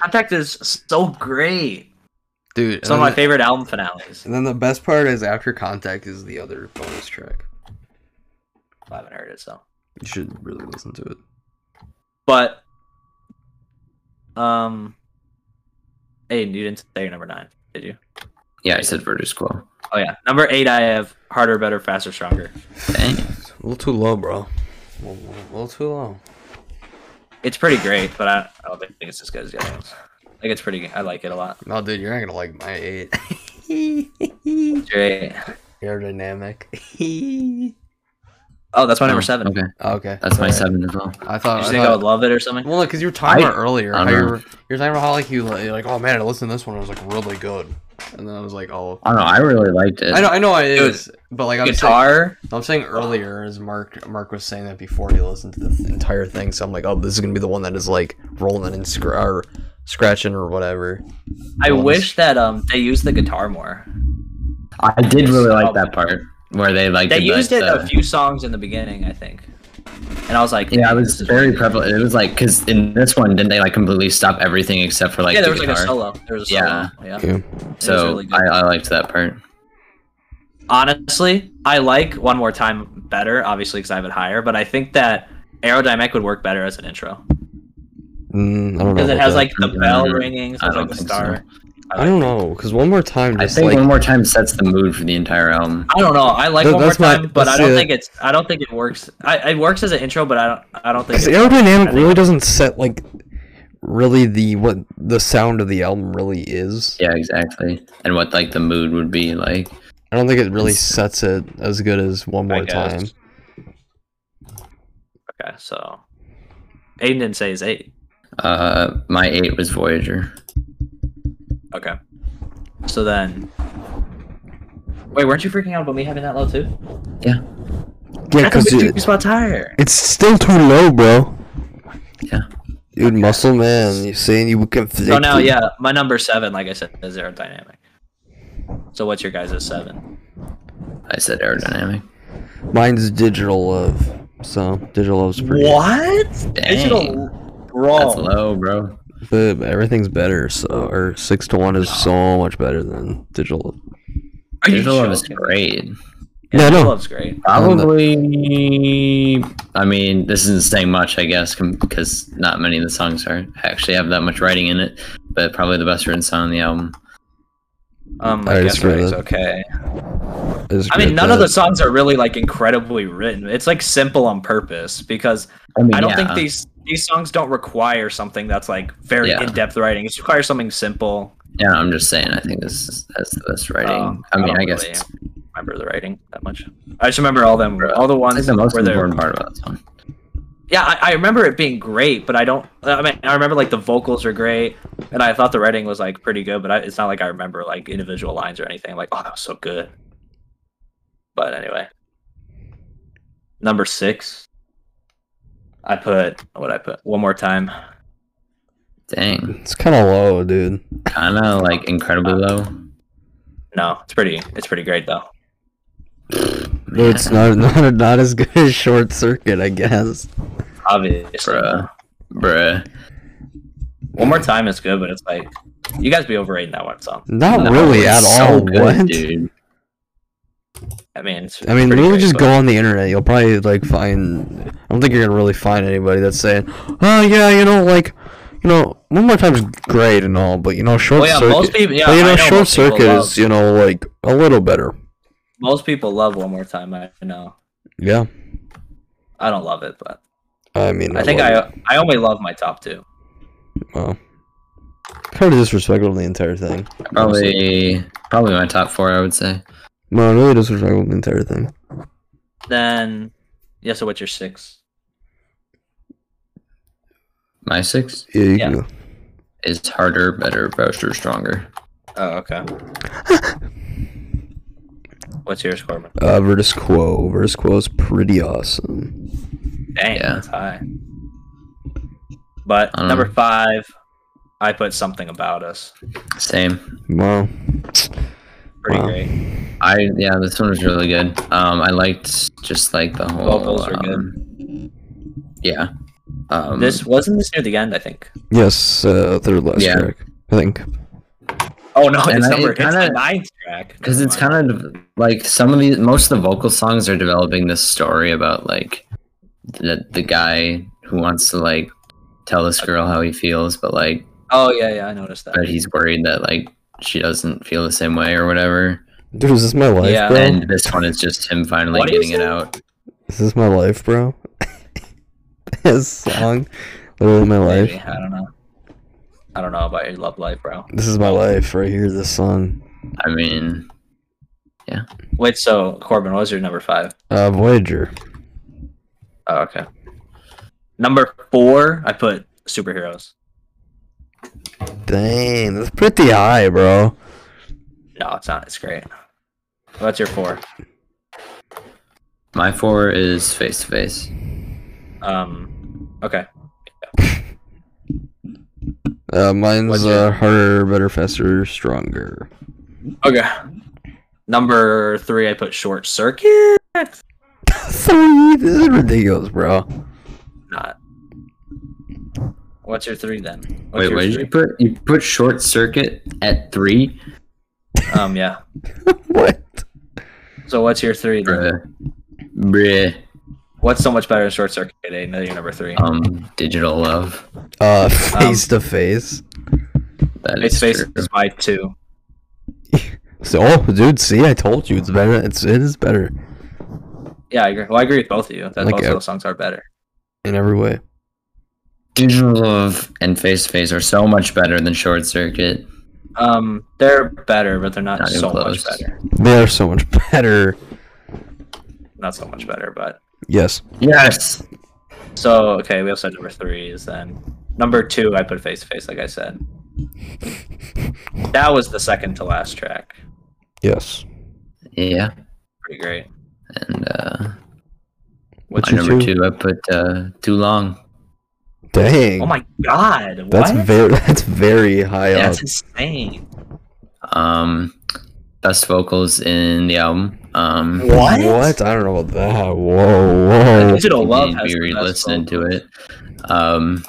S3: Contact is so great.
S1: dude.
S3: Some of
S1: and
S3: my
S2: Uh,
S1: then-
S3: favorite album finales.
S1: And then the best part is after contact is the other bonus track.
S3: I haven't heard it so,
S1: You should really listen to it.
S3: but um, hey, you didn't say your number nine, did you?
S2: yeah, I said Verdugus Quo.
S3: Oh yeah, number eight. I have harder, better, faster, stronger.
S2: Dang.
S1: It's a little too low, bro. A little, a little too low.
S3: It's pretty great, but I, I don't think it's as good as the other ones. I think it's pretty. I like it a lot.
S1: No, dude, you're not gonna like my eight. (laughs)
S3: Great.
S1: Aerodynamic.
S3: Oh, that's my
S2: Oh,
S3: number seven.
S2: Okay,
S1: (laughs) okay,
S2: that's my
S1: alright.
S2: seven as well.
S1: I thought.
S3: Did
S1: I
S3: you think
S1: thought-
S3: I would love it or something?
S1: Well, because you were talking
S2: I-
S1: about earlier
S2: I
S1: how
S2: don't
S1: you
S2: know.
S1: were, you were talking about how like you li- you're like oh man I listened to this one it was like really good and then I was like oh
S2: I don't know. I really liked it.
S1: I know I know it
S3: Dude,
S1: is but like I'm
S3: Guitar.
S1: saying I'm saying earlier as Mark Mark was saying that before he listened to the th- entire thing so I'm like oh this is gonna be the one that is like rolling and scr- or scratching or whatever
S3: I
S1: Ones.
S3: wish that um they used the guitar more.
S2: I did really like
S3: Oh.
S2: that part where they like
S3: They
S2: did,
S3: used
S2: like,
S3: it
S2: the-
S3: a few songs in the beginning, I think. And I was like,
S2: Yeah, it
S3: "Dang,
S2: was
S3: this is
S2: very
S3: really good."
S2: prevalent. It was like because in this one, didn't they like completely stop everything except for like
S3: yeah,
S2: the
S3: there was like a
S2: guitar?
S3: solo. There was a solo.
S2: Yeah.
S3: Yeah. yeah.
S1: okay
S2: so
S3: really good.
S2: I, I liked that part.
S3: Honestly, I like One More Time better, obviously, because I have it higher, but I think that Aerodynamic would work better as an intro.
S1: mm, I don't know
S3: Because it
S1: about
S3: has
S1: that.
S3: like the
S2: Mm,
S3: bell ringing, so
S2: I
S3: it's
S2: don't
S3: like the
S2: think so.
S3: star.
S1: I don't know because one more time
S2: I
S1: just
S2: think
S1: like
S2: one more time sets the mood for the entire album.
S3: I don't know. I like
S1: That-
S3: One More
S1: that's my-
S3: Time, but I
S1: that's
S3: don't
S1: it.
S3: think it's. I don't think it works. I, it works as an intro, but I don't. I don't think.
S1: because
S3: It,
S1: aerodynamic really doesn't set like really the what the sound of the album really is
S2: Yeah, exactly. And what like the mood would be like.
S1: I don't think it really sets it as good as one
S3: I
S1: more
S3: guess.
S1: time.
S3: okay, so Aiden didn't say his eight.
S2: Uh, my eight was Voyager.
S3: Okay. So then. Wait, weren't you freaking out about me having that low too?
S2: Yeah,
S1: Yeah,
S3: I
S1: because
S3: thought you spots higher.
S1: it's still too low, bro.
S2: yeah.
S1: Dude, muscle man, you saying you can?
S3: So now, Oh, yeah, my number seven, like I said, is aerodynamic. So what's your guys' seven?
S2: I said aerodynamic.
S1: Mine's digital love. So digital love's pretty.
S3: What? Digital, bro.
S2: That's low, bro.
S1: But everything's better. So or six to one is so much better than digital. Love.
S3: Are you
S2: Digital Love is
S3: joking?
S2: great.
S1: Yeah, I
S3: Digital
S1: know.
S3: love's great.
S2: Probably. I mean, this isn't saying much, I guess, because not many of the songs are actually have that much writing in it. But probably the best written song on the album.
S3: Um,
S1: I
S3: I
S1: just
S3: guess
S1: read
S3: it's
S1: that.
S3: okay.
S1: It's
S3: I mean,
S1: good
S3: none of
S1: that-
S3: the songs are really like incredibly written. It's like simple on purpose because
S2: mean,
S3: I don't think
S2: yeah. um,
S3: these these songs don't require something that's like very
S2: Yeah.
S3: in depth writing. It requires something simple.
S2: Yeah, I'm just saying. I think this is, that's the best writing.
S1: Oh,
S3: Um,
S2: I mean,
S3: don't
S2: I, guess
S3: really
S2: it's
S3: remember the writing that much. I just remember all them, all the
S2: I think
S3: ones
S2: the most
S3: where they're
S2: important part about this one.
S3: yeah, I, I remember it being great, but I don't. I mean, I remember like the vocals were great, and I thought the writing was like pretty good, but I, it's not like I remember like individual lines or anything. Like, oh, that was so good. But anyway, number six, I put what I put one more time.
S2: Dang.
S1: It's kind of low, dude.
S2: Kind of like incredibly low.
S3: No, it's pretty. It's pretty great though.
S1: But it's not (laughs) not not as good as Short Circuit, I guess.
S3: Obviously,
S2: Bruh. Bruh.
S3: one more time is good, but it's like you guys be overrating that one song.
S1: Not
S2: No,
S1: really
S2: it's
S1: at
S2: so
S1: all.
S2: good,
S1: what?
S2: Dude.
S3: I mean, it's
S1: I mean,
S3: pretty
S1: literally
S3: great,
S1: just
S3: but-
S1: go on the internet. You'll probably like find. I don't think you're gonna really find anybody that's saying, "Oh yeah, you know, like, you know, one more time's great and all, but you know, short
S3: Well, Oh, yeah,
S1: circuit.
S3: most people. Yeah,
S1: but, you
S3: I
S1: know,
S3: know
S1: short
S3: most people
S1: circuit
S3: love-
S1: is you know like a little better.
S3: Most people love one more time. I know.
S1: Yeah,
S3: I don't love it, but
S1: I mean,
S3: I uh, think
S1: love it.
S3: I I only love my top two.
S1: Wow. Kind of disrespectful to the entire thing. honestly.
S2: Probably probably my top four, I would say.
S1: No, really disrespectful to the entire thing.
S3: Then, yeah. So what's your six?
S2: My six
S1: Yeah, you
S3: Yeah.
S1: can go.
S2: is harder, better, faster, stronger.
S3: Oh, okay. (laughs) what's yours, Corbin?
S1: Uh, Vertus Quo. Vertus Quo is pretty awesome.
S3: Dang,
S2: Yeah.
S3: that's high. But
S2: I don't
S3: number
S2: know.
S3: five, I put something about us.
S2: Same.
S1: Wow.
S3: Pretty
S1: Wow.
S3: great.
S2: I yeah, this one was really good. Um, I liked just like the whole
S3: Vocals were good.
S2: um, Yeah. Um,
S3: This wasn't this near the end, I think.
S1: Yes, uh, third last
S2: Yeah.
S1: track. I think.
S3: Oh no,
S2: And
S3: it's
S2: I-
S3: number it's
S2: it
S3: the
S2: kinda-
S3: ninth track.
S2: because it's
S3: Never mind.
S2: kind of like some of these most of the vocal songs are developing this story about like the the guy who wants to like tell this girl how he feels but like
S3: Oh yeah, yeah, I noticed that.
S2: but he's worried that like she doesn't feel the same way or whatever
S1: Dude, is this my life,
S3: Yeah,
S1: bro?
S2: and this one is just him finally
S3: What do you
S2: getting it
S3: say?
S2: out
S1: Is this my life, bro? (laughs) this song. Literally my life.
S3: Maybe. I don't know. I don't know about your love life, bro.
S1: This is my life right here, this song.
S2: i mean
S3: Wait, so Corbin, what was your number five?
S1: Uh, Voyager.
S3: Oh, okay. Number four, I put superheroes.
S1: Dang, that's pretty high, bro.
S3: No, it's not. It's great. What's your four?
S2: my four is face to face
S3: Um, okay.
S1: Uh, mine's
S3: What's
S1: uh,
S3: your-
S1: harder, better, faster, stronger. (laughs)
S3: Okay. Number three, I put short circuit.
S1: Three. This is ridiculous, bro.
S3: Not. What's your three then? What's
S2: wait
S3: your
S2: what did
S3: three?
S2: you put you put short circuit at three
S3: Um, yeah.
S1: What?
S3: So what's your three? Then?
S2: bruh bruh
S3: What's so much better than short circuit? I know you're number three.
S2: um digital love
S1: Uh,
S2: Um,
S1: face to face.
S2: that
S3: Face
S2: is
S3: to face
S2: true.
S3: is my two.
S1: So, oh, dude, see, I told you, it's better. It's it is better
S3: Yeah, I agree. Well, I agree with both of you. That
S1: Like,
S3: both
S1: uh,
S3: of those songs are better.
S1: in every way.
S2: Digital Love and Face to Face are so much better than Short Circuit.
S3: Um, they're better, but they're not,
S2: Not even
S3: so
S2: close.
S3: much better.
S1: They are so much (laughs) better.
S3: Not so much better, but
S1: Yes.
S2: Yes.
S3: so okay. We also had number three is then number two. I put face to face, like I said. That was the second to last track.
S1: Yes.
S2: Yeah.
S3: Pretty great.
S2: And uh,
S1: What's
S2: my number two, I put uh, Too Long.
S1: Dang.
S3: Oh my god!
S1: that's
S3: what?
S1: very (laughs) that's very high up.
S3: That's insane.
S2: Um, best vocals in the album. Um,
S3: What?
S1: What? I don't know about that. Whoa, whoa.
S3: Digital Love has
S2: we
S3: the best
S2: re-listened to it. Um,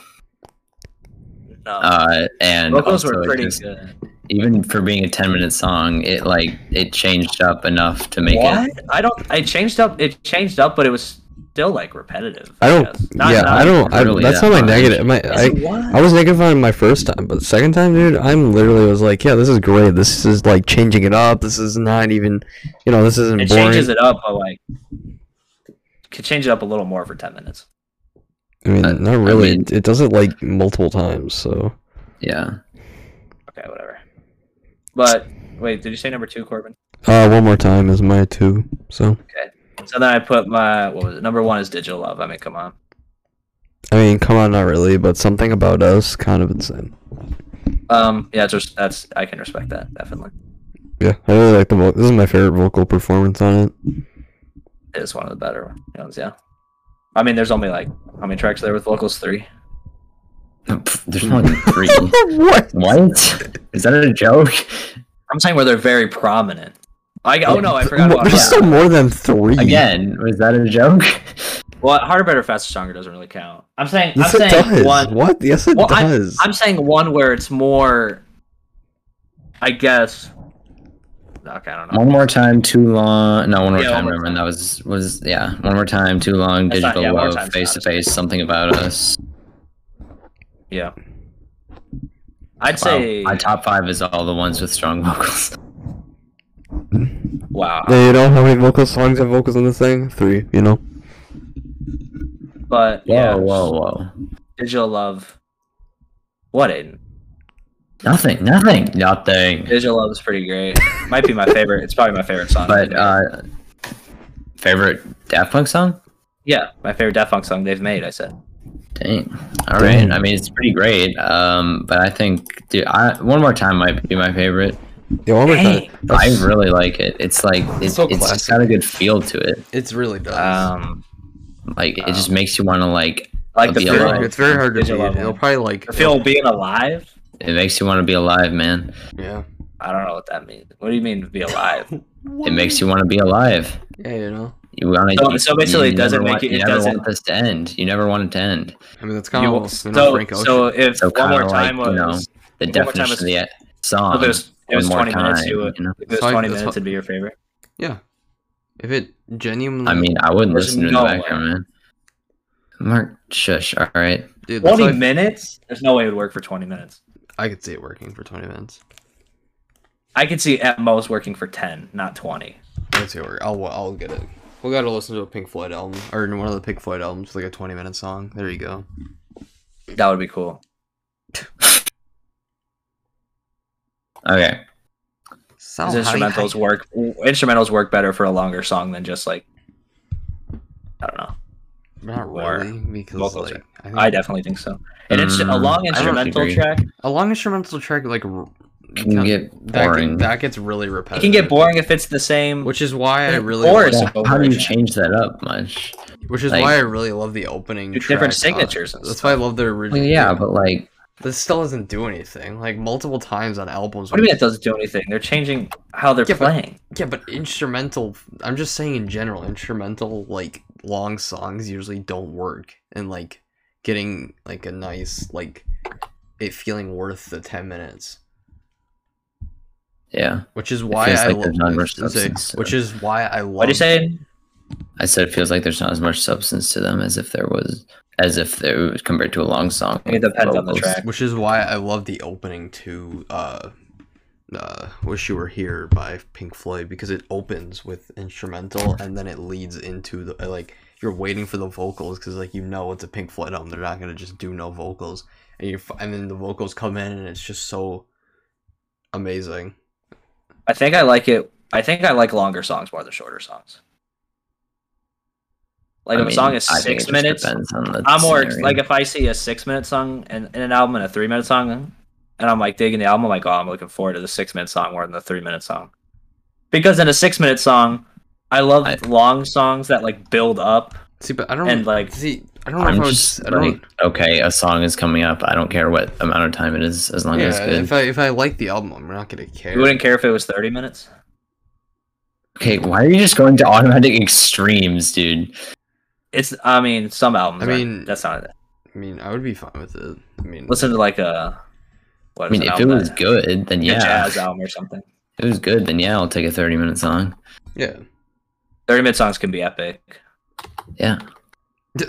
S3: No.
S2: uh, and
S3: vocals
S2: also
S3: were
S2: it
S3: pretty
S2: just-
S3: good.
S2: even for being a ten minute song, it like it changed up enough to make
S3: what?
S2: it.
S3: I don't. I changed up. It changed up, but it was still like repetitive.
S1: I
S3: guess.
S1: don't.
S3: Not-
S1: yeah,
S3: not- Um,
S1: I don't. I,
S2: really
S1: that's
S2: that
S1: not like
S2: much.
S1: negative. My,
S3: (laughs) Yes,
S1: I
S3: it was.
S1: I was negative on my first time, but second time, dude, I'm literally was like, yeah, this is great. This is like changing it up. This is not even, you know, this isn't
S3: it
S1: boring.
S3: changes it up, but like could change it up a little more for ten minutes.
S1: I mean,
S2: I-
S1: not
S2: I
S1: really.
S2: mean-
S1: it, it does it like multiple times. So
S2: Yeah.
S3: Okay, whatever. But wait, did you say number two, Corbin?
S1: uh, one more time is my two. So
S3: So then I put my what was it? Number one is digital love. I mean, come on.
S1: I mean, come on, not really, but something about us, kind of insane.
S3: Um, yeah, just that's I can respect that definitely.
S1: Yeah, I really like the vocal. This is my favorite vocal performance on it.
S3: It is one of the better ones. Yeah. I mean, there's only like how many tracks there with vocals? Three.
S2: Pff, There's more than
S3: (laughs)
S2: three.
S1: (laughs) what?
S2: what? Is that a joke?
S3: I'm saying where they're very prominent. Like, oh no, I forgot about
S1: There's
S3: that.
S1: still more than three.
S2: Hmm. Again, was that a joke?
S3: Well, harder, better, faster, stronger doesn't really count. I'm saying,
S1: Yes,
S3: I'm
S1: it does.
S3: saying one.
S1: What? Yes, it
S3: Well,
S1: does.
S3: I'm saying one where it's more. I guess. Okay, I don't know.
S2: (laughs) One more time, too long. No, one more
S3: Yeah, one
S2: time.
S3: more
S2: Remember, that was was yeah. One more time, too long.
S3: That's not-
S2: Digital
S3: yeah, one more
S2: love,
S3: time's
S2: face to
S3: not-
S2: face, something about us.
S3: Yeah. I'd
S2: Wow.
S3: say.
S2: My top five is all the ones with strong vocals. (laughs)
S3: wow.
S1: Yeah, you know how many vocal songs have vocals on this thing? Three. You know.
S3: But
S2: Whoa,
S3: yeah,
S2: whoa, whoa!
S3: digital love. What Aiden?
S2: Nothing, nothing, nothing.
S3: Digital love is pretty great. Might be my favorite. It's probably my favorite song.
S2: But uh, favorite Daft Punk song?
S3: yeah, my favorite Daft Punk song they've made. I said.
S2: Dang. All right.
S1: Dang.
S2: I mean, it's pretty great. Um, but I think, dude, I, one more time might be my favorite.
S1: Yeah, one more time.
S3: Dang.
S2: I
S1: That's-
S2: really like it. It's like it,
S1: So
S2: it's just
S1: classic.
S2: got a good feel to it.
S1: It's really does.
S3: Um,
S2: Like it just
S3: Um,
S2: makes you want to like.
S3: like the
S2: Be
S1: it's, very,
S2: alive.
S3: feel,
S1: it's very hard to
S3: It's a
S1: beat.
S3: lot
S1: It'll
S3: more.
S1: probably like
S3: the feel of being alive.
S2: It makes you want to be alive, man.
S1: Yeah.
S3: I don't know what that means. What do you mean to be alive?
S2: It makes you want to be alive.
S1: Yeah, you know.
S2: You want
S3: So- so basically it doesn't make you-
S2: You
S3: it
S2: never
S3: doesn't-
S2: want this to end. You never want it to end.
S1: I mean, that's kind
S3: You-
S1: of you know,
S3: so,
S1: Frank Ocean.
S3: so if
S2: So
S3: one more
S2: kinda like,
S3: time
S2: you know,
S3: was,
S2: The
S3: One more time
S2: definition
S3: is-
S2: of the uh, song.
S3: if it was, it
S2: one
S3: was
S2: more
S3: 20 minutes, uh,
S2: time,
S3: you would,
S2: you know?
S3: if it was
S1: It's like-
S3: 20
S1: it's
S3: minutes,
S1: like-
S3: it'd be your favorite.
S1: yeah. If it genuinely.
S2: I mean, I wouldn't
S3: There's
S2: listen to
S3: no
S2: the
S3: way.
S2: background, man. Mark, shush. All right.
S1: dude, that's
S3: 20
S1: why
S3: minutes? There's no way it would work for 20 minutes.
S1: I could see it working for 20 minutes.
S3: I could see at most working for 10, not 20.
S1: I could see it work. I'll, I'll get it. We gotta listen to a Pink Floyd album, or one of the Pink Floyd albums, like a 20 minute song. There you go.
S3: That would be cool.
S2: Okay.
S1: Sound
S3: 'Cause instrumentals work instrumentals work better for a longer song than just like I don't know.
S1: Not
S3: Or
S1: really, because
S3: vocals,
S1: like, I think
S3: I definitely think so. And it's a
S2: Mm,
S3: long
S2: I don't
S3: instrumental
S2: agree.
S3: track.
S1: a long instrumental track like r-
S2: Can
S1: kind-
S2: get
S1: that,
S2: boring.
S1: get- that gets really
S3: It
S1: repetitive.
S3: can get boring if it's the same.
S1: which is why I
S3: It's
S1: really
S3: boring.
S1: like-
S2: Yeah, how do you change that up much?
S1: which is
S2: Like-
S1: why I really love the opening.
S3: Do different
S1: track, uh,
S3: signatures and
S1: that's
S3: stuff.
S1: why I love the
S2: Well,
S1: original.
S2: yeah, but like
S1: this still doesn't do anything. Like multiple times on albums.
S3: what do you mean it doesn't do anything? They're changing how they're
S1: Yeah, but-
S3: playing.
S1: Yeah, but instrumental. I'm just saying in general, instrumental like long songs usually don't work, and like getting like a nice like it feeling worth the ten minutes,
S2: yeah.
S1: which is why
S2: feels
S1: I
S2: like
S1: lo-
S2: there's not much
S1: is it-
S2: substance to
S1: which
S2: it.
S1: is why I love.
S3: What do you say?
S2: I said it feels like there's not as much substance to them as if there was as if there was compared to a long song.
S3: It
S2: with
S3: depends on the
S2: vocals.
S3: track.
S1: Which is why I love the opening to uh, uh, "Wish You Were Here" by Pink Floyd because it opens with instrumental and then it leads into the uh, like you're waiting for the vocals because like you know it's a Pink Floyd album they're not gonna just do no vocals and you f- and then the vocals come in and it's just so amazing.
S3: I think I like it. I think I like longer songs more than shorter songs. Like
S2: I
S3: if
S2: mean,
S3: a song is
S2: I think it
S3: six
S2: just
S3: minutes,
S2: depends on the
S3: I'm more ex-
S2: scenario.
S3: like if I see a six minute song in, in an album and a three minute song, and I'm like digging the album, I'm like, oh, I'm looking forward to the six minute song more than the three minute song, because in a six minute song, I love
S2: I-
S3: long songs that like build up
S1: See, but I don't
S3: and like
S1: see. I don't know
S2: I'm
S1: if I would.
S2: just
S1: s- I don't,
S2: like, okay, a song is coming up. I don't care what amount of time it is, as long as
S1: yeah,
S2: it's
S1: if
S2: good.
S1: I if I like the album, I'm not gonna care.
S3: you wouldn't care if it was 30 minutes.
S2: Okay, why are you just going to automatic extremes, dude?
S3: It's I mean some albums.
S1: I
S3: I
S1: mean-
S3: mean that's not it.
S1: I mean, I would be fine with it. I mean,
S3: Listen to like a what
S2: I
S3: is
S2: mean,
S3: an
S2: if it
S3: album
S2: was
S3: that-
S2: good, then
S3: a
S2: yeah.
S3: jazz album or something.
S2: If it was good, then yeah, I'll take a thirty-minute song.
S1: yeah. (laughs)
S3: 30 minute songs can be epic.
S2: Yeah,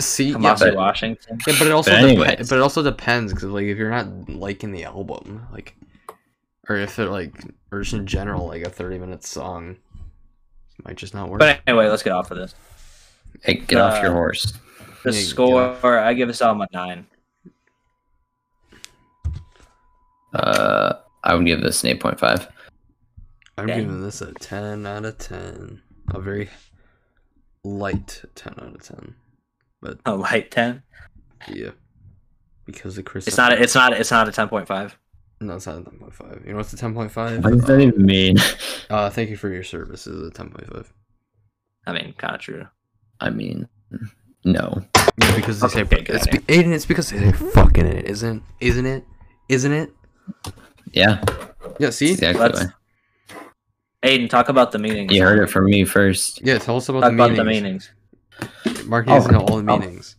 S1: See, yeah,
S3: Kamasi
S2: but-
S3: Washington.
S1: Yeah, but it also
S2: But
S1: depe-
S2: anyways.
S1: but it also depends because like if you're not liking the album, like, or if it like, or just in general, like a thirty minute song might just not work.
S3: But anyway, let's get off of this.
S2: hey, get off your
S3: Uh,
S2: horse.
S3: The
S1: Yeah, you
S3: score, I give this album a nine. (laughs)
S2: Uh, I would give this an eight point five.
S1: I'm
S3: Dang.
S1: giving this a ten out of ten, a very light ten out of ten. But
S3: A light ten.
S1: yeah, because the Chris,
S3: It's not. A, it's not. It's not a ten point five.
S1: no, it's not a ten point five. You know what's a ten point five?
S2: What does that even mean?
S1: Uh, thank you for your service. Is a ten point five.
S3: I mean, kind of true.
S2: I mean, No.
S1: Yeah, because they say
S3: Okay, got
S1: it's
S3: it.
S1: be, Aiden. It's because they say fucking in it, isn't? Isn't it? Isn't it?
S2: Yeah.
S1: Yeah. See. Yeah.
S2: Exactly.
S3: Let's- Aiden, talk about the meanings.
S2: You heard it from me first.
S1: tell us about
S3: Talk
S1: the
S3: about
S1: meanings.
S3: the meanings.
S1: Mark needs to know all the
S2: Oh.
S1: meanings.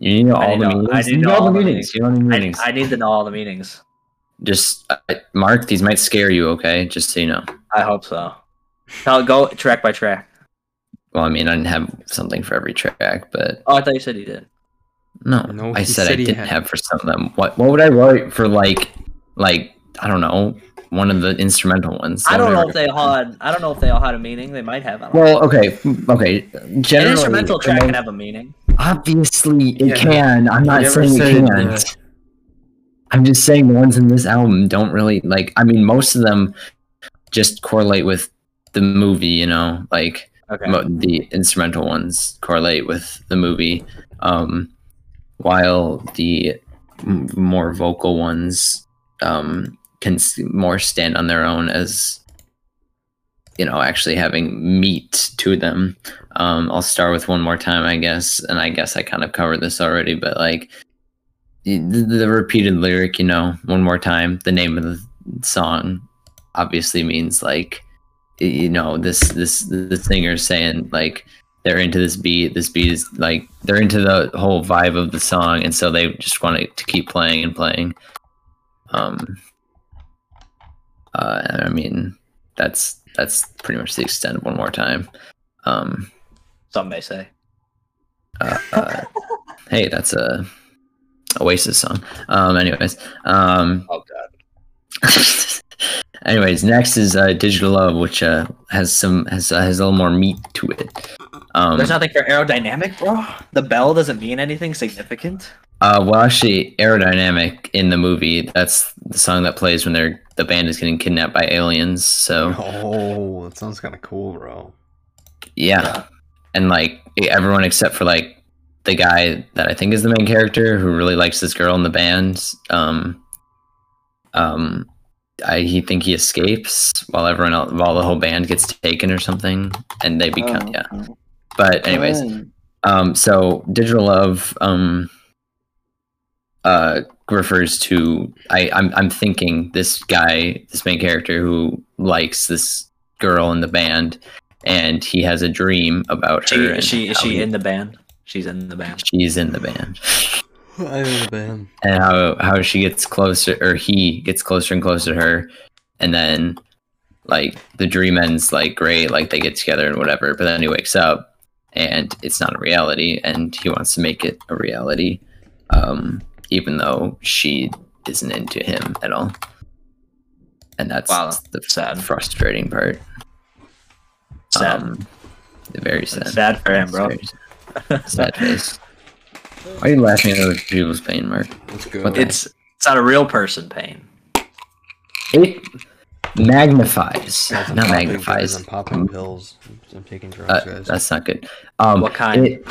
S2: You know
S3: I
S2: all
S3: didn't
S2: the
S3: know- I
S2: meanings. You
S3: didn't
S2: know
S3: know
S2: all
S3: all
S2: the
S3: the
S2: meanings. You know the
S3: I,
S2: meanings.
S3: I need to know all the meanings.
S2: Just uh, Mark, these might scare you. Okay, just so you know.
S3: I hope so. Tell, go track by track.
S2: Well, I mean, I didn't have something for every track, but
S3: Oh, I thought you said you did.
S2: no,
S1: No,
S2: I
S1: he
S2: said,
S1: said
S2: I
S1: he
S2: didn't
S1: had-
S2: have for some of them. What What would I write for like, like I don't know, one of the instrumental ones?
S3: I don't
S2: What
S3: know
S2: would
S3: if they all had. I don't know if they all had a meaning. They might have. I don't know.
S2: Well, okay, okay.
S3: An
S2: Generally,
S3: instrumental
S2: the
S3: track
S2: most-
S3: can have a meaning.
S2: Obviously, it
S1: Yeah.
S2: can. I'm not
S1: never
S2: saying
S1: said
S2: it
S1: it,
S2: can't.
S1: uh,
S2: I'm just saying the ones in this album don't really like. I mean, most of them just correlate with the movie. You know, like
S3: Okay.
S2: mo- the instrumental ones correlate with the movie, um, while the m- more vocal ones um, can s- more stand on their own as you know actually having meat to them um, I'll start with one more time, I guess, and I guess I kind of covered this already, but like the, the repeated lyric, you know, one more time, the name of the song obviously means like y- you know this this the singer's saying like they're into this beat this beat is like they're into the whole vibe of the song and so they just want it to keep playing and playing um uh i mean that's that's pretty much the extent of one more time um
S3: Some may say.
S2: uh, uh, hey, that's a Oasis song. Um, anyways, um,
S3: Oh God.
S2: (laughs) anyways, next is uh, Digital Love, which uh, has some has uh, has a little more meat to it. Um,
S3: There's nothing for aerodynamic, bro. The bell doesn't mean anything significant.
S2: uh, well, actually, aerodynamic in the movie. That's the song that plays when they're the band is getting kidnapped by aliens. So
S1: (laughs) Oh, that sounds kind of cool, bro.
S2: yeah, and like everyone except for like the guy that I think is the main character who really likes this girl in the band. Um, um, I he think he escapes while everyone else, while the whole band gets taken or something, and they become yeah. But anyways, um, so digital love um, uh, refers to I I'm I'm thinking this guy, this main character who likes this girl in the band, and he has a dream about
S3: She
S2: her.
S3: is
S2: and
S3: she is
S2: how
S3: she
S2: he-
S3: in the band? She's in the band.
S2: She's in the band,
S1: I love him.
S2: and how how she gets closer or he gets closer and closer to her, and then like the dream ends like great, like they get together and whatever. But then he wakes up, and it's not a reality, and he wants to make it a reality, um, even though she isn't into him at all. And that's
S3: Wow,
S2: the
S3: sad.
S2: frustrating part.
S3: Sad.
S2: Um, very sad.
S3: Sad for him, bro.
S2: That's very Sad face. Why are you laughing at other people's pain, Mark?
S1: Let's go.
S2: What the-
S3: It's it's not a real person pain.
S2: It magnifies,
S1: Guys, I'm
S2: not
S1: popping-
S2: magnifies.
S1: I'm popping pills. I'm taking drugs,
S2: Uh,
S1: guys.
S2: that's not good. Um,
S3: What kind?
S2: It,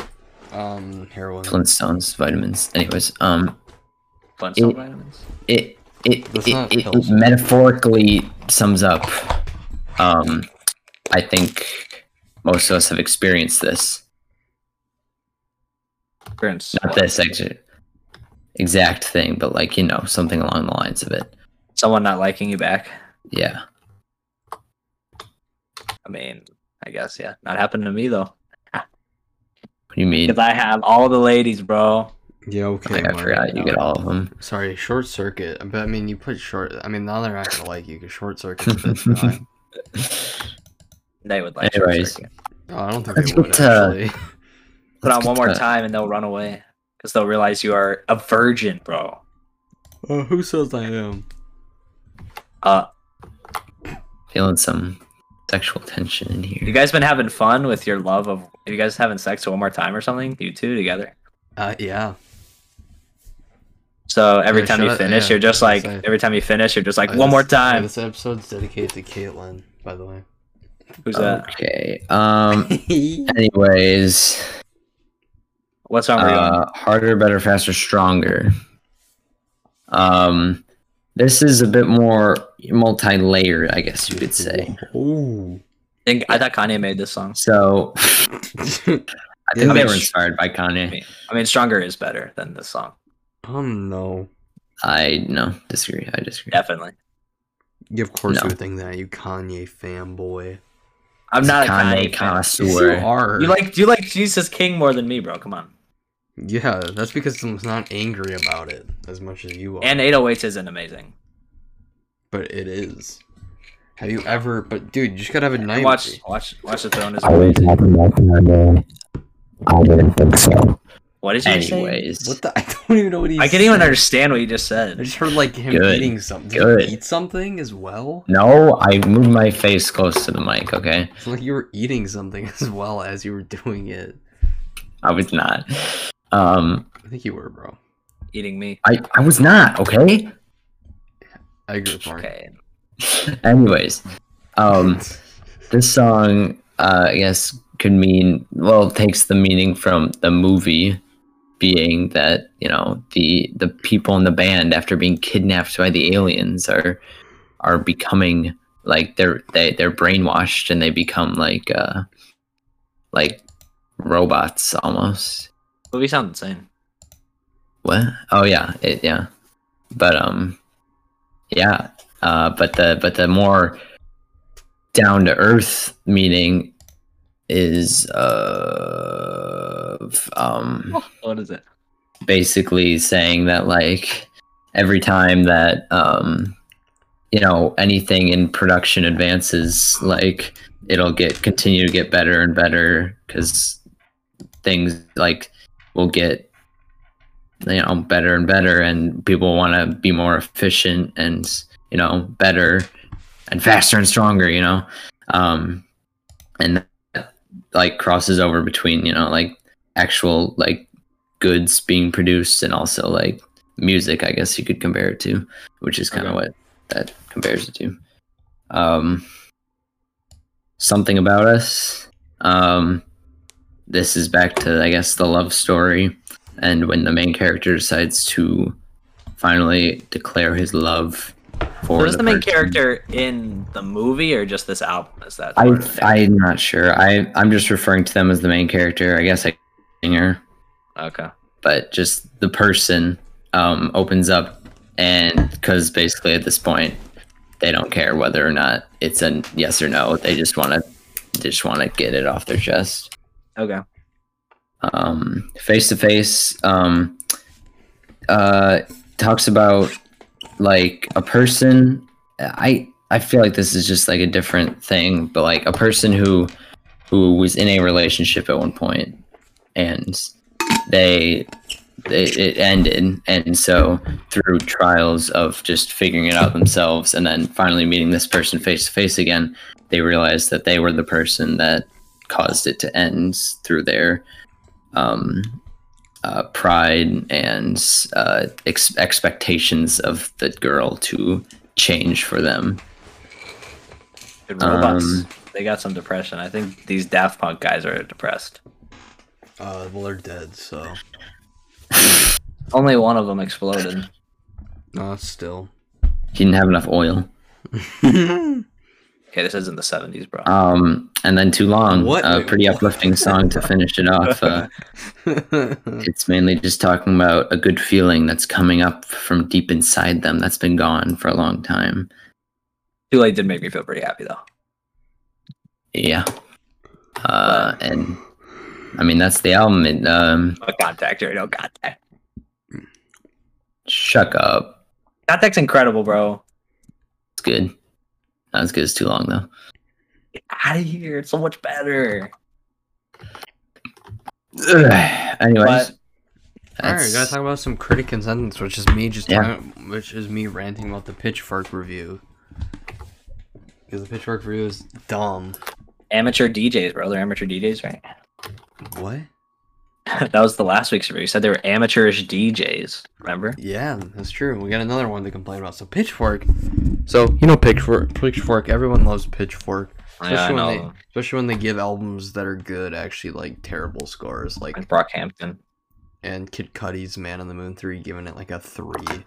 S1: Um, heroin.
S2: Flintstones, vitamins. Anyways, um,
S3: Fun
S2: It-
S3: vitamins.
S2: it it
S1: That's
S2: it,
S1: not
S2: it, it
S1: pills.
S2: metaphorically sums up. Um, I think most of us have experienced this.
S3: Prince.
S2: Not this ex- exact thing, but like you know, something along the lines of it.
S3: Someone not liking you back.
S2: Yeah.
S3: I mean, I guess yeah. Not happened to me though,
S2: What do you mean?
S3: because I have all the ladies, bro.
S1: Yeah, okay.
S2: Like, I
S1: Mark,
S2: forgot you
S1: no.
S2: get all of them.
S1: Sorry, short circuit. But I mean, you put short. I mean, now they're not gonna like you because short circuit's a bit dry.
S3: They would like.
S2: Anyways.
S3: Short Circuit.
S1: No, Oh, I don't think
S2: Let's
S1: they would
S2: get, uh,
S1: actually. (laughs)
S3: Put
S2: Let's
S3: on
S2: get
S3: one more
S2: to-
S3: time and they'll run away because they'll realize you are a virgin, bro.
S1: Uh, who says I am?
S3: Uh,
S2: Feeling some sexual tension in
S3: you
S2: here.
S3: guys been having fun with your love of? You guys having sex one more time or something? You two together.
S1: Uh, yeah.
S3: So every
S1: Yeah,
S3: time you
S1: shut-
S3: finish,
S1: yeah,
S3: you're just
S1: that's
S3: like
S1: what I-
S3: every time you finish, you're just like
S1: Uh,
S3: one more
S1: this- yeah,
S3: time.
S1: this episode's dedicated to Caitlin, by the way.
S3: Who's that?
S2: Okay. Um. Anyways,
S3: What's wrong with you?
S2: uh, harder, better, faster, stronger. Um, this is a bit more multi-layered, I guess you could say.
S1: Ooh. (laughs)
S3: I think I thought Kanye made this song.
S2: So I think
S1: Yeah,
S2: they
S1: but
S2: were
S1: sh-
S2: inspired by Kanye.
S3: I mean, "Stronger" is better than this song,
S1: Um, no.
S2: I no disagree. I disagree.
S3: definitely.
S1: You of course
S2: No.
S1: you would think that you Kanye fanboy.
S3: I'm not a
S2: Kanye
S3: Kanye, fan.
S1: You
S2: connoisseur.
S1: are.
S3: You like you like Jesus King more than me, bro. Come on.
S1: yeah, that's because someone's not angry about it as much as you are.
S3: And 808 isn't amazing.
S1: but it is. Have you ever? But dude, you just gotta have a night.
S3: Watch watch watch the throne is
S4: Are we
S3: amazing.
S4: talking about Kanye? I didn't think so.
S3: What did you say?
S2: Anyways,
S1: What the? (laughs) I don't even know what he's.
S3: I can't even understand what you just
S1: I
S3: said.
S1: just heard like him
S2: Good.
S1: eating something. Did
S2: Good.
S1: you eat something as well?
S2: no, I moved my face close to the mic. Okay,
S1: It's like you were eating something (laughs) as well as you were doing it.
S2: I was not. Um,
S1: I think you were, bro.
S3: Eating me.
S2: I I was not. Okay.
S1: I agree with Mark.
S3: Okay.
S2: (laughs) Anyways, um, this song, uh, I guess, could mean well takes the meaning from the movie, being that you know the the people in the band after being kidnapped by the aliens are are becoming like they're they they're brainwashed and they become like uh like robots almost.
S3: Movie sounds
S2: (laughs)
S3: insane.
S2: What? Oh yeah, it yeah. But um yeah, uh but the but the more down to earth meaning is uh f- um
S3: What is it?
S2: basically saying that like every time that um you know anything in production advances like it'll get continue to get better and better because things like will get you know better and better and people want to be more efficient and you know better and faster and stronger you know um and that, like crosses over between you know like actual like goods being produced and also like music i guess you could compare it to which is kind of
S3: Okay.
S2: what that compares it to um something about us um this is back to i guess the love story and when the main character decides to finally declare his love for
S3: So is the main
S2: person-
S3: character in the movie or just this album? Is that
S2: I I'm not sure. I I'm just referring to them as the main character. I guess I singer,
S3: okay.
S2: but just the person um, opens up and because basically at this point they don't care whether or not it's a yes or no. They just want to just want to get it off their chest.
S3: Okay.
S2: Um, face to face um, uh, talks about like a person. I I feel like this is just like a different thing, but like a person who who was in a relationship at one point and they it, it ended and so through trials of just figuring it out themselves and then finally meeting this person face to face again they realized that they were the person that caused it to end through their um, uh, pride and uh, ex- expectations of the girl to change for them
S3: Good robots.
S2: Um,
S3: they got some depression. I think these Daft Punk guys are depressed.
S1: (laughs) Uh, well, they're dead, so
S3: Only one of them exploded.
S1: no, it's still. (laughs)
S2: he didn't have enough oil
S3: Okay, this isn't the 70s, bro.
S2: um, and then too long
S1: What?
S2: a pretty uplifting song to finish it off uh, It's mainly just talking about a good feeling that's coming up from deep inside them that's been gone for a long time.
S3: Too late did make me feel pretty happy though.
S2: Yeah. Uh, and I mean, that's the album. It, um,
S3: No contact or no contact.
S2: shuck up.
S3: Contact's incredible, bro.
S2: It's good. Not as good as too long, though. (sighs)
S3: Get out of here. It's so much better.
S1: All
S3: But
S2: Anyways.
S1: right, we gotta
S2: that's-
S1: talk about some critic consensus, which is me just
S2: Yeah.
S1: talking, which is me ranting about the Pitchfork review because the Pitchfork review is dumb.
S3: amateur DJs, bro. They're amateur DJs, right? (laughs)
S1: What?
S3: that was the last week's review. You said they were amateurish DJs. Remember?
S1: Yeah, that's true. We got another one to complain about. So Pitchfork. So you know Pitchfork. Pitchfork. Everyone loves Pitchfork,
S3: Yeah, I
S1: Especially when
S3: know.
S1: they- especially when they give albums that are good actually like terrible scores, like
S3: Like Brockhampton.
S1: and Kid Cudi's "Man on the Moon" three, giving it like a three.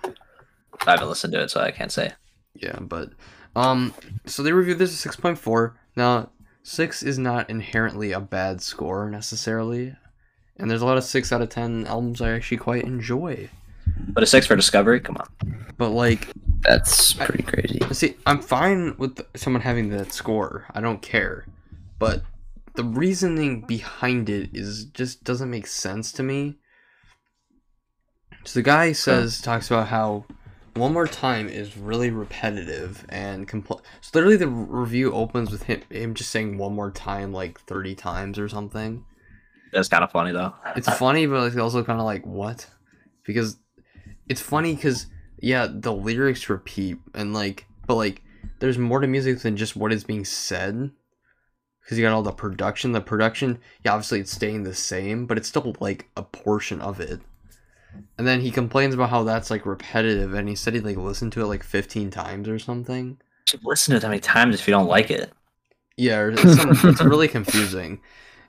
S3: I haven't listened to it, so I can't say.
S1: Yeah, but um, so they reviewed this at six point four. Now, six is not inherently a bad score necessarily. And there's a lot of six out of ten albums I actually quite enjoy.
S3: But a six for Discovery? Come on.
S1: But like,
S2: That's pretty crazy.
S1: see, I'm fine with someone having that score. I don't care. But the reasoning behind it is just doesn't make sense to me. So the guy says talks about how one more time is really repetitive and compl- so literally the review opens with him him just saying one more time like 30 times or something.
S3: That's kind of funny though.
S1: it's funny, but it's also kind of like what? Because it's funny because yeah, the lyrics repeat and like, but like, there's more to music than just what is being said. Because you got all the production, the production, yeah, obviously it's staying the same, but it's still like a portion of it. And then he complains about how that's like repetitive, and he said he like listened to it like 15 times or something.
S3: Just listen to it how many times if you don't like it.
S1: Yeah, or it's, some- it's really confusing.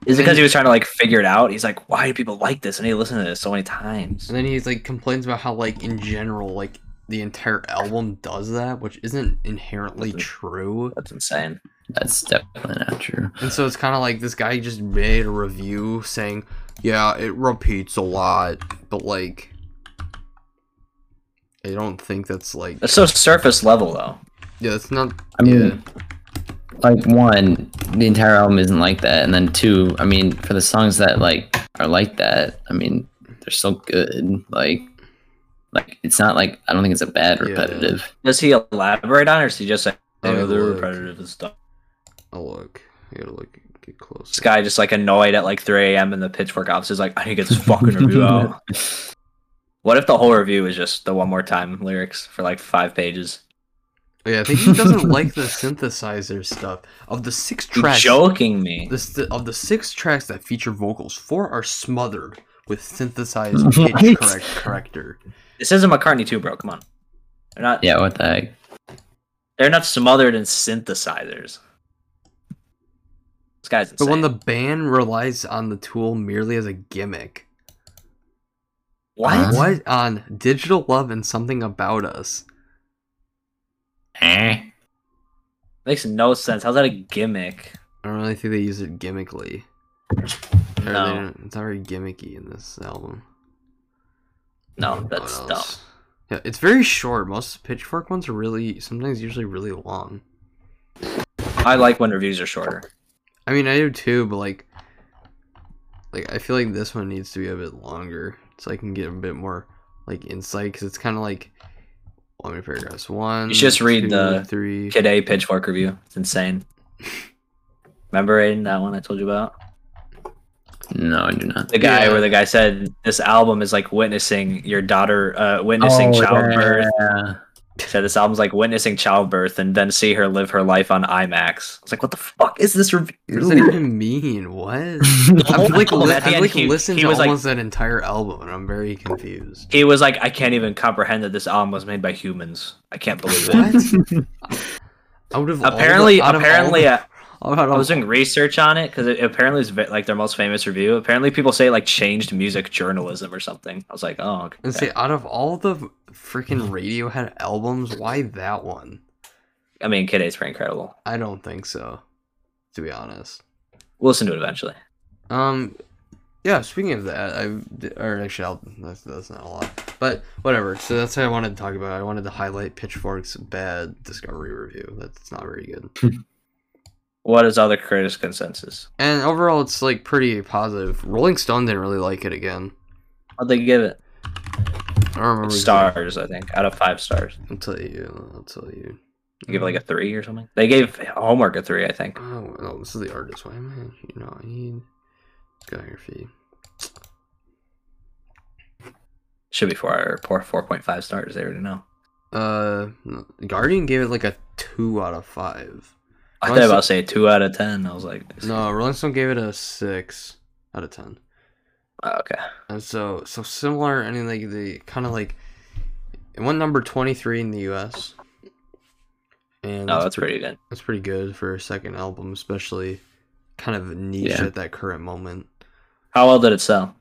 S3: Is it
S1: And-
S3: because he was trying to like figure it out? He's like, why do people like this? And he listened to this so many times.
S1: And then he's like complains about how like in general like the entire album does that, which isn't inherently
S3: Doesn't.
S1: true.
S3: That's insane.
S2: That's definitely not true.
S1: And so it's kind of like this guy just made a review saying, "Yeah, it repeats a lot," but like I don't think that's like
S3: That's so surface level though.
S1: yeah, that's not
S2: I mean,
S1: yeah.
S2: like one, the entire album isn't like that, and then two, I mean, for the songs that like are like that, I mean, they're so good. Like, like it's not like I don't think it's a bad
S1: Yeah.
S2: repetitive.
S3: Does he elaborate on it or does he just say
S1: Let me
S3: oh, they're
S1: look.
S3: repetitive and stuff?
S1: Oh, look, I gotta look get close.
S3: This guy just like annoyed at like 3 a.m. in the pitchfork office is like, I need to get this fucking
S2: (laughs)
S3: review out. What if the whole review is just the one more time lyrics for like five pages?
S1: Yeah, I think he doesn't (laughs) like the synthesizer stuff of the six
S3: You're
S1: tracks.
S3: joking me.
S1: This the, of the six tracks that feature vocals, four are smothered with synthesized
S2: What?
S1: pitch correct corrector.
S3: This isn't McCartney too, bro. Come on. They're not
S2: Yeah, what the heck?
S3: they're not smothered in synthesizers. This guy's
S1: But
S3: insane.
S1: when the band relies on the tool merely as a gimmick,
S3: what?
S2: Huh?
S1: what on digital love and something about us?
S2: Eh.
S3: Makes no sense. How's that a gimmick?
S1: I don't really think they use it gimmickly. Or they
S3: No.
S1: don't- it's not very gimmicky in this album.
S3: No,
S1: What
S3: that's dumb.
S1: else? Yeah, it's very short. Most pitchfork ones are really sometimes usually really long.
S3: I like when reviews are shorter.
S1: I mean, I do too, but like, like I feel like this one needs to be a bit longer, so I can get a bit more like insight because it's kind of like, well, I mean, paragraphs one.
S3: should just read
S1: two,
S3: the
S1: three.
S3: Kid A pitchfork review. It's insane. Remember Aiden, that one I told you about?
S2: No, I do not.
S3: The guy
S1: Yeah.
S3: where the guy said this album is like witnessing your daughter uh witnessing
S1: Oh,
S3: childbirth.
S2: yeah.
S3: said this album's like witnessing childbirth and then see her live her life on IMAX. I was like, what the fuck is this review?
S1: What does that even mean? What? I've like,
S3: album,
S1: li-
S3: at the
S1: I've
S3: end,
S1: like
S3: he-
S1: listened
S3: he
S1: to
S3: was, like-
S1: almost that entire album, and I'm very
S3: (laughs)
S1: confused.
S3: He was like, I can't even comprehend that this album was made by humans. I can't believe it.
S1: What? I would have
S3: apparently,
S1: all the, out of all
S3: apparently,
S1: the-
S3: uh,
S1: out of-
S3: I was doing research on it because it, apparently it's ve- like their most famous review. Apparently, people say it like changed music journalism or something. I was like, oh, okay.
S1: and say out of all the freaking Radiohead albums, why that one?
S3: I mean, Kid A's pretty incredible.
S1: I don't think so, to be honest.
S3: We'll listen to it eventually.
S1: Um, yeah. Speaking of that, I or actually, I'll, that's, that's not a lot, but whatever. So that's what I wanted to talk about. I wanted to highlight Pitchfork's bad Discovery review. That's not very good.
S3: What is other critics' consensus?
S1: And overall, it's like pretty positive. Rolling Stone didn't really like it again.
S3: How'd they give it?
S1: I don't remember exactly-
S3: Stars, I think, out of five stars.
S1: I'll tell you. I'll tell you.
S3: They give it like a three or something. They gave Homework a three, I think.
S1: Oh no, this is the artist. Why am I? You know, I need discography.
S3: Should be four or four four point five stars. They already know.
S1: Uh, no, Guardian gave it like a two out of five.
S3: I
S1: Honestly-
S3: thought about to say two out of ten. I was like,
S1: No, Rolling Stone gave it a six out of ten.
S3: Oh, okay.
S1: And so so similar I mean like the kind of like it went number 23 in the US. And
S3: No,
S1: that's,
S3: Oh, that's pretty good.
S1: that's pretty good for a second album, especially kind of niche
S2: Yeah.
S1: at that current moment.
S3: How well did it sell?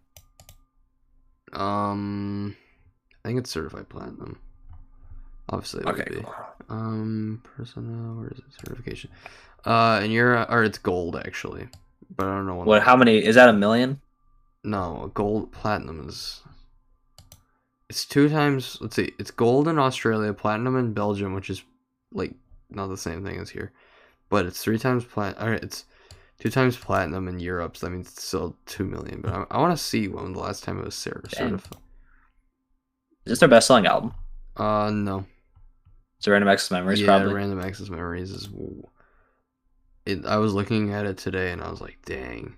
S1: Um I think it's certified platinum. Obviously it
S3: Okay,
S1: would be.
S3: cool.
S1: Um persona where is it certification? Uh in Europe or it's gold actually. But I don't know when
S3: What? How many? Is that a million?
S1: No, gold platinum is. It's two times. Let's see. It's gold in Australia, platinum in Belgium, which is like not the same thing as here, but it's three times plat. All right, it's two times platinum in Europe. So that means it's still two million. But I, I want to see when the last time it was cer-
S3: Dang.
S1: certified.
S3: Is this their best selling album?
S1: Uh, no.
S3: It's a Random Access Memories,
S1: yeah,
S3: probably.
S1: random access memories is. w- It, I was looking at it today, and I was like, dang.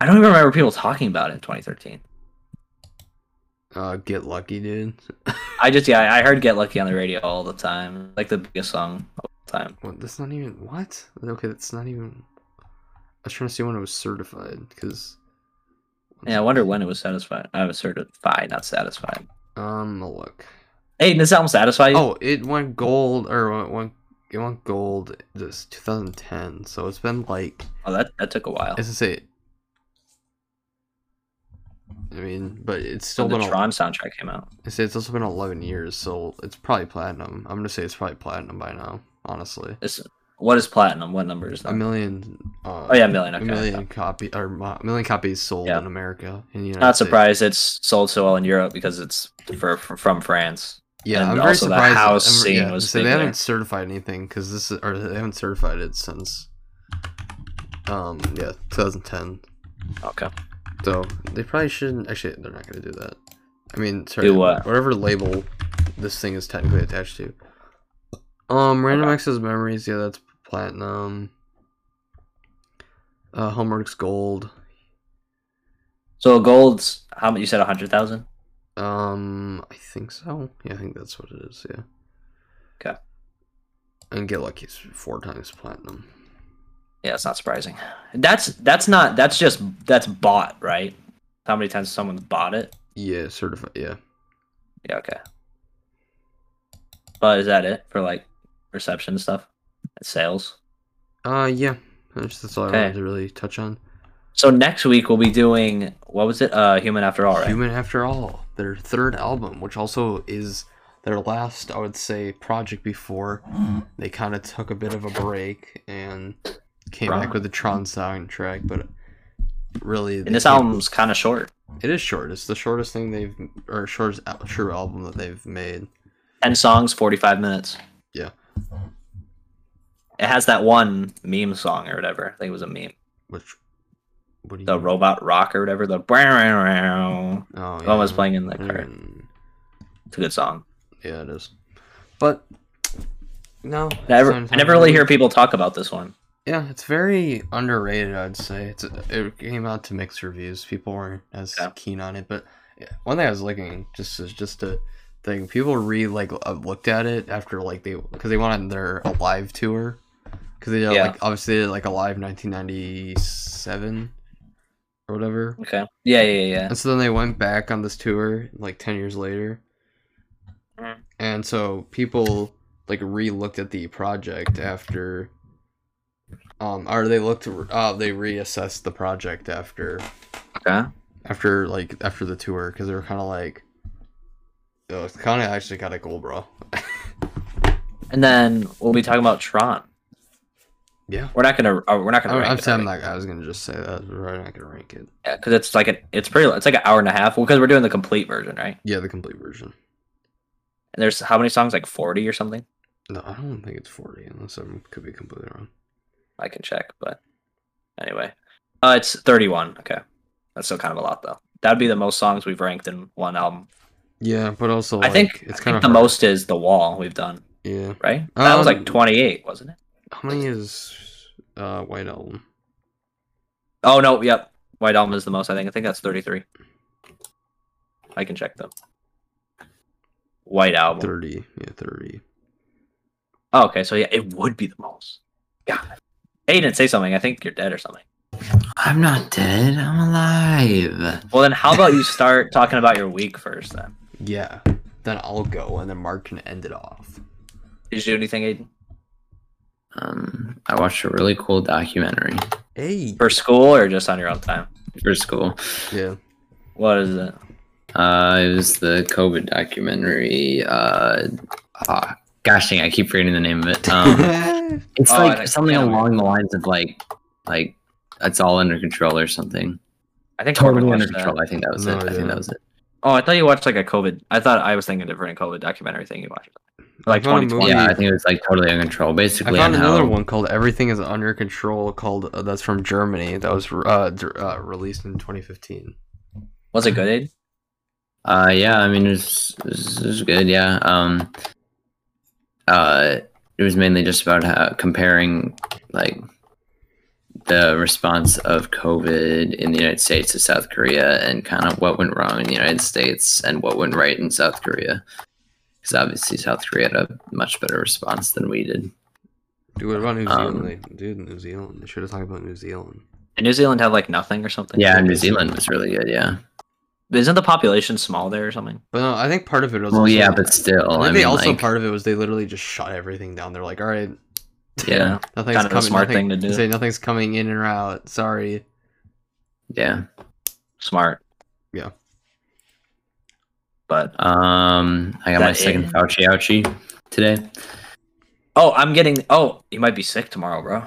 S3: I don't even remember people talking about it in 2013.
S1: Uh, get lucky, dude.
S3: I just, yeah, I heard Get Lucky on the radio all the time. Like the biggest song of all time.
S1: What? That's not even what? Okay, that's not even. I was trying to see when it was certified because.
S3: Yeah, I wonder when it was satisfied. I was certified, not satisfied.
S1: Um, I'll look.
S3: Hey, this album satisfied you?
S1: Oh, it went gold, or it went it went gold this 2010. So it's been like,
S3: Oh, that, that took a while.
S1: as I say. I mean, but it's still
S3: When the
S1: been. a-
S3: Tron soundtrack came out.
S1: I say it's also been 11 years, so it's probably platinum. I'm gonna say it's probably platinum by now, honestly.
S3: It's, what is platinum? What number is that?
S1: A million. Uh,
S3: oh, yeah, a million. Okay.
S1: a million copy or mo- a million copies sold
S3: Yeah.
S1: in America. In the United
S3: Not
S1: States.
S3: surprised it's sold so well in Europe because it's for, for, from France.
S1: Yeah,
S3: And
S1: I'm very
S3: also the
S1: surprised.
S3: house
S1: I'm-
S3: scene
S1: yeah,
S3: was
S1: so they
S3: big there.
S1: haven't certified anything because this is, or they haven't certified it since, um, yeah, 2010.
S3: Okay.
S1: So they probably shouldn't. Actually, they're not gonna do that. I mean, sorry,
S3: Do what?
S1: whatever label this thing is technically attached to. Um, Random
S3: Okay.
S1: Access Memories. Yeah, that's platinum. Uh, Homeworks Gold.
S3: So gold's, how much? You said 100,000?
S1: Um, I think so. Yeah, I think that's what it is. Yeah.
S3: 'Kay.
S1: And get lucky is four times platinum.
S3: Yeah, it's not surprising. That's that's not that's just that's bought, right? How many times someone's bought it?
S1: Yeah, certified. Yeah.
S3: Yeah, okay. But is that it for like reception and stuff? And sales?
S1: Uh, yeah. That's, that's all I
S3: Okay.
S1: wanted to really touch on.
S3: So next week we'll be doing what was it? Uh Human After All, right?
S1: Human After All, their third album, which also is their last, I would say, project before they kind of took a bit of a break and came back
S3: Right.
S1: with the Tron soundtrack. But really, they
S3: And this
S1: came-
S3: album's kinda short.
S1: it is short. It's the shortest thing they've, or shortest al- true album that they've made.
S3: Ten songs, forty five minutes.
S1: Yeah.
S3: It has that one meme song or whatever. I think it was a meme.
S1: Which, what do you?
S3: The robot rock or whatever, the one
S1: oh,
S3: was
S1: yeah.
S3: playing in the car.
S1: Mm,
S3: It's a good song.
S1: Yeah, it is. But no,
S3: Never,
S1: it's
S3: I
S1: not
S3: never really
S1: entirely-
S3: hear people talk about this one.
S1: Yeah, it's very underrated. I'd say it's it came out to mixed reviews. People weren't as
S3: Yeah.
S1: keen on it, but yeah, one thing I was looking just is just a thing. People re like uh, looked at it after like they because they went on their a live tour because they did,
S3: Yeah.
S1: like obviously they did, like a live 1997 or whatever.
S3: Okay. Yeah, yeah, yeah.
S1: And so then they went back on this tour like 10 years later.
S3: Mhm.
S1: And so people like re-looked at the project after um or they looked uh they reassessed the project after
S3: Okay.
S1: after like after the tour cuz they were kind of like oh, it's kind of actually kind of cool, bro.
S3: And then we'll be talking about Tron.
S1: Yeah.
S3: We're not gonna. uh, We're not gonna.
S1: I,
S3: rank
S1: I'm
S3: it,
S1: saying
S3: are
S1: that I was going to just say that but we're not going to rank it.
S3: we? Yeah, because it's like an. It's pretty. It's like an hour and a half. Well, because we're doing the complete version, right?
S1: Yeah, the complete version.
S3: And there's how many songs? Like forty or something.
S1: No, I don't think it's 40 unless I am could be completely wrong.
S3: I can check, but anyway, uh, it's thirty-one. Okay, that's still kind of a lot though. That'd be the most songs we've ranked in one album.
S1: Yeah, but also
S3: I think
S1: like, it's
S3: I
S1: kind
S3: think
S1: of
S3: the most is the Wall we've done,
S1: yeah.
S3: right? That was
S1: Um,
S3: like twenty-eight, wasn't it?
S1: How many is uh White Album?
S3: Oh no, yep. White Album is the most. I think. I think that's thirty-three. I can check them. White Album.
S1: Thirty, yeah, thirty.
S3: Oh, okay, so yeah, it would be the most. Yeah. Aiden, say something. I think you're dead or something.
S2: I'm not dead. I'm alive.
S3: Well, then how about you start talking about your week first then?
S1: Yeah. Then I'll go, and then Mark can end it off.
S3: Did you do anything, Aiden?
S2: (laughs) Um, I watched a really cool documentary
S1: Hey.
S3: For school or just on your own time?
S2: for school.
S1: (laughs) Yeah.
S3: What is it?
S2: Uh, it was the COVID documentary. Uh, ah, gosh dang, I keep forgetting the name of it. (laughs) Um, it's
S3: Oh,
S2: like
S3: and I-
S2: something
S3: yeah.
S2: along the lines of like, like it's all under control or something.
S3: I think Corbin
S2: Totally under
S3: watched that.
S2: control. I think that was
S1: No,
S2: it. I
S1: yeah.
S2: think that was it.
S3: Oh, I thought you watched like a COVID. I thought I was thinking a different COVID documentary thing you watched. Like
S1: I found a
S3: 2020.
S1: movie-
S2: Yeah, I think it was like totally under control.
S1: I
S2: Basically,
S1: found
S2: on
S1: another
S2: how-
S1: one called "Everything Is Under Control" called uh, that's from Germany. That was uh, d- uh, released in 2015.
S3: Was it good? Aiden?
S2: Uh, yeah, I mean it was, it was, it was good. Yeah. Um. Uh, it was mainly just about how comparing like the response of COVID in the United States to South Korea and kind of what went wrong in the United States and what went right in South Korea. Because obviously South Korea had a much better response than we did.
S1: Dude, what about New
S2: Um,
S1: Zealand? They- Dude, New Zealand. They should have talked about New Zealand.
S3: Did New Zealand have like nothing or something?
S2: Yeah, New Zealand was really good. Yeah.
S3: Isn't the population small there or something?
S1: But no, I think part of it was.
S2: Well,
S1: also-
S2: yeah, but still,
S1: I
S2: I,
S1: think
S2: mean,
S1: they also
S2: like,
S1: part of it was they literally just shut everything down. They're like, all right,
S2: yeah,
S1: nothing's
S3: Kind of a
S1: coming.
S3: smart
S1: nothing-
S3: thing to do.
S1: Say nothing's coming in or out. Sorry.
S2: yeah.
S3: Smart.
S1: Yeah.
S3: But
S2: Um, I got my
S3: That
S2: second
S3: it?
S2: Fauci ouchie today.
S3: oh, I'm getting. Oh, you might be sick tomorrow, bro.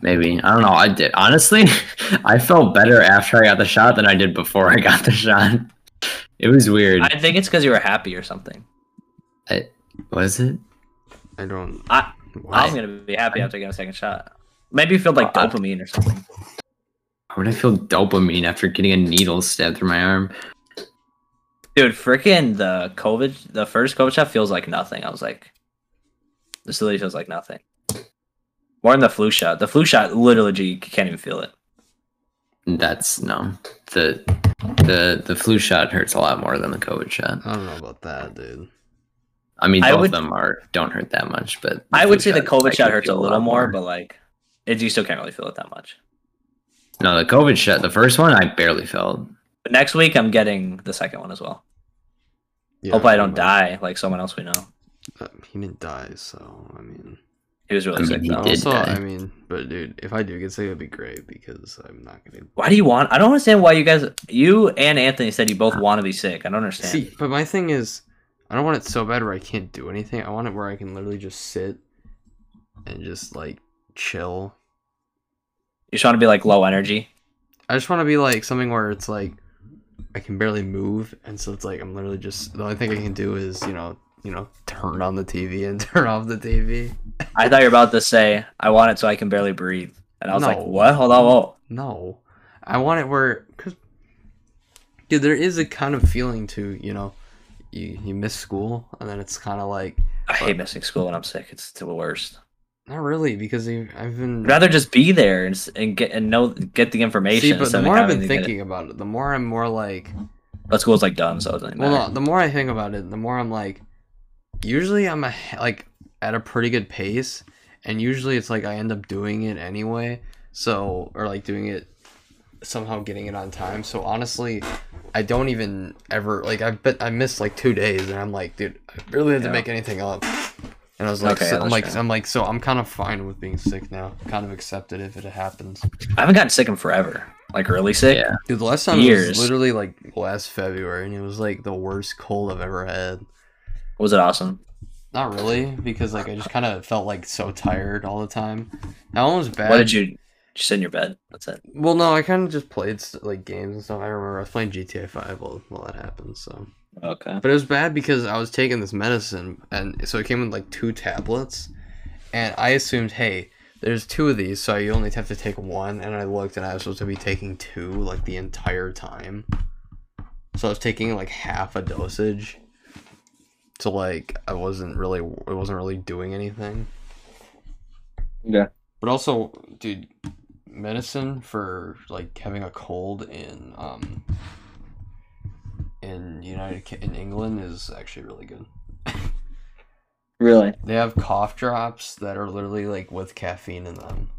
S2: Maybe I don't know. I did honestly. (laughs) I felt better after I got the shot than I did before I got the shot. It was weird.
S3: I think it's because you were happy or something.
S2: was it?
S1: I don't.
S3: I-
S1: Why?
S3: I'm gonna be happy after getting a second shot. Maybe you feel like
S2: Uh,
S3: dopamine or something.
S2: How would I feel dopamine after getting a needle stabbed through my arm?
S3: Dude, freaking the COVID, the first COVID shot feels like nothing. I was like, this literally feels like nothing. More than the flu shot. The flu shot literally, you can't even feel it.
S2: That's no. The the the flu shot hurts a lot more than the COVID shot.
S1: I don't know about that, dude.
S2: I mean,
S3: I
S2: both
S3: would-
S2: of them are don't hurt that much, but the
S3: I would
S2: flu
S3: say the COVID
S2: like,
S3: shot
S2: you
S3: hurts a
S2: feel
S3: little
S2: lot
S3: more, but like, it, you still can't really feel it that much.
S2: no, the COVID shot, the first one, I barely felt.
S3: But next week, I'm getting the second one as well.
S1: Yeah,
S3: Hopefully, I don't
S1: but-
S3: die like someone else we know.
S1: uh, he didn't die, so I mean.
S3: He was really
S2: I mean,
S3: sick
S2: he
S3: though.
S2: did
S1: Also,
S2: die.
S1: I mean, but dude, if I do get sick, it'd be great because I'm not gonna
S3: Why do you want? I don't understand why you guys, you and Anthony, said you both want to be sick. I don't understand.
S1: See, but my thing is, I don't want it so bad where I can't do anything. I want it where I can literally just sit and just like chill.
S3: you just want to be like low energy.
S1: I just want to be like something where it's like I can barely move, and so it's like I'm literally just the only thing I can do is you know you know turn on the TV and (laughs) turn off the TV.
S3: I thought you were about to say, I want it so I can barely breathe. And I was like,
S1: No.
S3: what? Hold on. Whoa.
S1: No, I want it where because dude, there is a kind of feeling to you know you you miss school, and then it's kind of like
S3: I hate missing school when I'm sick. It's the worst.
S1: not really because you- I've been
S3: I'd rather just be there and, s- and get and know get the information.
S1: See, but
S3: instead
S1: the
S3: of
S1: more I've
S3: having
S1: been
S3: to get it.
S1: thinking about it, the more I'm more like,
S3: but school's like done, so it doesn't matter.
S1: well, no, the more I think about it, the more I'm like, usually I'm a, he- like at a pretty good pace, and usually it's like I end up doing it anyway, so or like doing it somehow getting it on time. So honestly, I don't even ever like I've been I missed like two days, and I'm like, dude, I really have
S3: Yeah.
S1: to make anything up. And I was like,
S3: Okay,
S1: so- I'm
S3: that's
S1: like,
S3: fair.
S1: I'm like, so I'm kind of fine with being sick now. Kind of accept it if it happens.
S3: I haven't gotten sick in forever. Like really sick.
S2: Yeah.
S1: Dude, the last time it
S3: years.
S1: was literally like last February, and it was like the worst cold I've ever had.
S3: Was it awesome?
S1: Not really, because like I just kind of felt like so tired all the time. That one was bad.
S3: What did you just in your bed? That's it.
S1: Well, no, I kind of just played st- like games and stuff. I remember I was playing GTA Five while, while that happened. So,
S3: Okay.
S1: but it was bad because I was taking this medicine, and so it came with like two tablets, and I assumed, hey, there's two of these, so you only have to take one. And I looked, and I was supposed to be taking two like the entire time. So I was taking like half a dosage. So like I wasn't really it wasn't really doing anything.
S3: Yeah.
S1: But also, dude, medicine for like having a cold in um in United Ki- in England is actually really good.
S3: Really?
S1: They have cough drops that are literally like with caffeine in them, Um,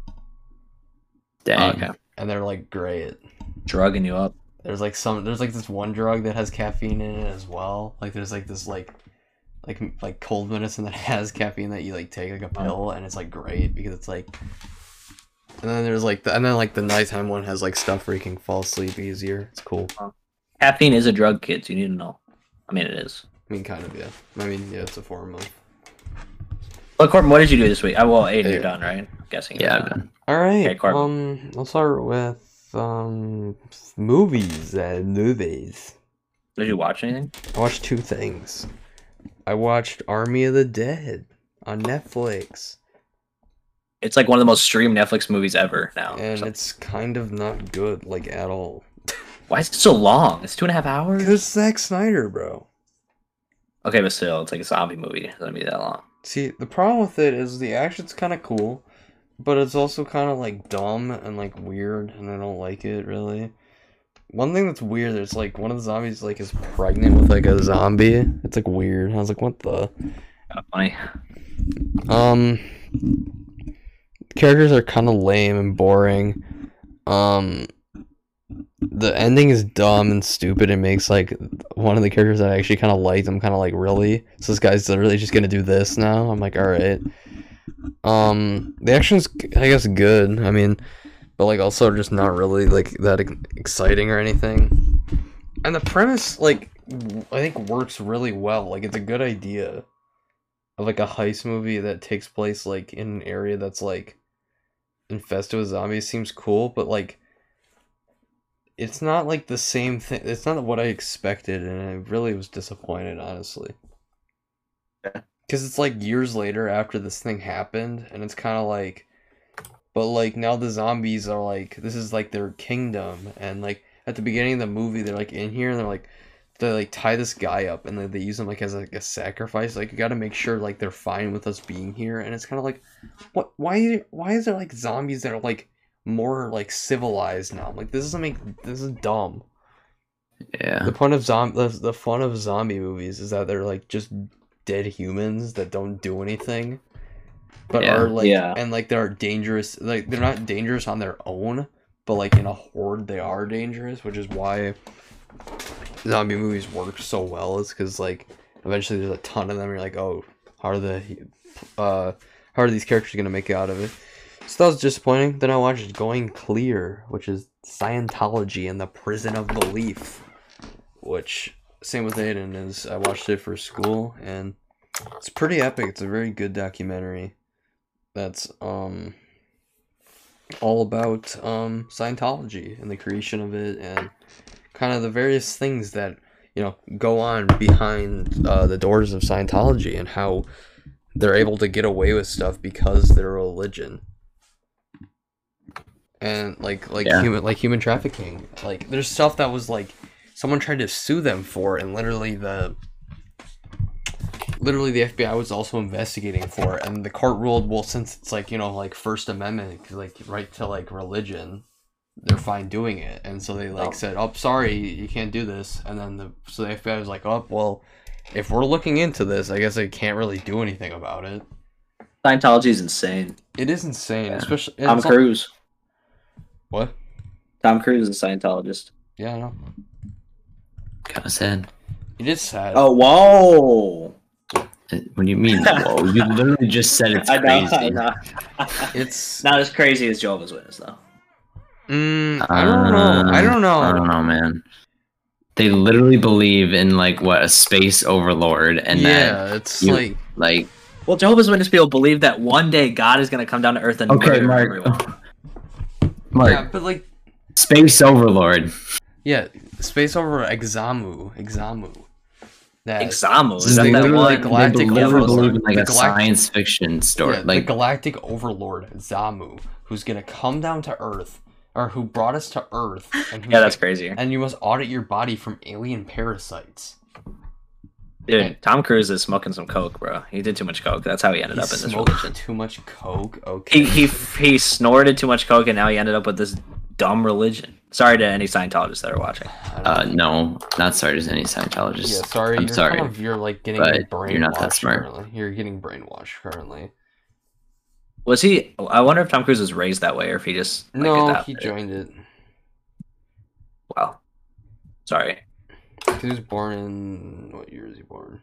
S2: Dang.
S3: Oh, okay.
S1: and they're like great.
S3: Drugging you up.
S1: There's like some there's like this one drug that has caffeine in it as well. Like there's like this like like m- like cold medicine that (laughs) has caffeine that you like take like a pill and it's like great because it's like and then there's like the, and then like the nighttime one has like stuff where you can fall asleep easier. It's cool.
S3: Caffeine is a drug, kids. You need to know. I mean, it is.
S1: I mean, kind of yeah. I mean, yeah, it's a form of.
S3: Look, Corbin, what did you do this week? I well, Aiden,
S1: Yeah.
S3: you're done, right? I'm guessing. you're
S2: Yeah.
S3: done.
S1: All right.
S3: Okay, Corbin.
S1: um, let's start with um movies and movies.
S3: Did you watch anything?
S1: I watched two things. I watched Army of the Dead on Netflix,
S3: It's like one of the most streamed Netflix movies ever now.
S1: and
S3: So-
S1: it's kind of not good, like at all.
S3: why is it so long? It's two and a half hours.
S1: Cause Zack Snyder, bro.
S3: Okay, but still, it's like a zombie movie. It's gonna be that long.
S1: See, the problem with it is the action's kind of cool, but it's also kind of like dumb and like weird, and I don't like it really. One thing that's weird is like one of the zombies like is pregnant with like a zombie. It's like weird. I was like, what the?
S3: Kinda funny.
S1: Um, characters are kind of lame and boring. Um, the ending is dumb and stupid. It makes like one of the characters that I actually kind of liked. I'm kind of like, really? So this guy's literally just gonna do this now? I'm like, all right. Um, the action's I guess good. I mean, but like also just not really like that ex- exciting or anything. And the premise like w- I think works really well. Like it's a good idea of, like a heist movie that takes place like in an area that's like infested with zombies seems cool, but like it's not like the same thing. It's not what I expected, and I really was disappointed, honestly.
S3: Yeah.
S1: Because it's like years later after this thing happened, and it's kind of like, but like now the zombies are like this is like their kingdom, and like at the beginning of the movie they're like in here and they're like they like tie this guy up and they, they use him like as like a sacrifice like you got to make sure like they're fine with us being here and it's kind of like what why why is there like zombies that are like more like civilized now I'm like this doesn't make this is dumb
S2: Yeah.
S1: the point of zombie the, the fun of zombie movies is that they're like just dead humans that don't do anything but
S2: Yeah.
S1: are like
S3: Yeah.
S1: and like they're dangerous like they're not dangerous on their own but like in a horde they are dangerous which is why zombie movies work so well is because like eventually there's a ton of them you're like oh how are the uh how are these characters gonna make it out of it so that was disappointing then i watched going clear which is scientology and the prison of belief which same with Aiden is I watched it for school and it's pretty epic. It's a very good documentary that's um all about um Scientology and the creation of it and kind of the various things that you know go on behind uh, the doors of Scientology and how they're able to get away with stuff because they're a religion and like like
S2: Yeah.
S1: human like human trafficking like there's stuff that was like someone tried to sue them for it, and literally the literally the FBI was also investigating for it and the court ruled well since it's like you know like first amendment like right to like religion they're fine doing it and so they like
S3: Oh.
S1: said oh sorry you can't do this and then the so the FBI was like oh well if we're looking into this I guess they can't really do anything about it
S3: Scientology is insane.
S1: it is insane
S2: Yeah.
S1: especially
S3: Tom
S1: it's al-
S3: Cruise.
S1: what
S3: Tom Cruise is a Scientologist.
S1: yeah I know
S2: Kind of sad.
S1: it is sad
S3: Oh whoa!
S2: Uh, What do
S3: (laughs)
S2: you mean? Whoa, you literally just said it's
S3: I know,
S2: crazy.
S3: I know.
S1: it's
S3: Not as crazy as Jehovah's Witness though.
S1: mm, I don't know I don't know
S2: I don't know, man. They literally believe in like what a space overlord, and that
S1: yeah it's
S2: you-
S1: like
S2: like
S3: Well, Jehovah's Witness people believe that one day God is going to come down to Earth and
S2: okay,
S3: murder
S2: Mark,
S3: everyone.
S2: Mark,
S1: yeah but like
S2: space overlord.
S1: Yeah, space over Examu, Examu. That
S3: Examo
S1: Is
S3: is that
S1: they
S3: that
S1: literally collect-
S3: one?
S1: Galactic
S2: they literally
S1: Overlord.
S2: believe in like
S1: The
S2: a
S1: Galact-
S2: science fiction story.
S1: yeah,
S2: like
S1: the Galactic Overlord Zamu, who's gonna come down to Earth, or who brought us to Earth, and
S2: (laughs)
S1: who's
S3: yeah, that's
S1: gonna-
S3: crazy,
S1: And you must audit your body from alien parasites.
S3: dude. Tom Cruise is smoking some coke, bro. He did too much coke. That's how he ended
S1: He
S3: up in this
S1: smoked
S3: religion.
S1: too much coke. Okay.
S3: He he he snorted too much coke, and now he ended up with this dumb religion. Sorry to any Scientologists that are watching.
S1: I don't-
S2: uh, no, not sorry to any Scientologist.
S1: yeah, sorry.
S2: I'm
S1: you're
S2: sorry.
S1: Kind of, you're like getting brainwashed.
S2: but you're not that smart.
S1: Currently. You're getting brainwashed currently.
S3: Was he? I wonder if Tom Cruise was raised that way, or if he just like,
S1: No, he
S3: adopted it.
S1: joined it.
S3: Wow. Sorry,
S1: 'Cause He was born in what year is he born?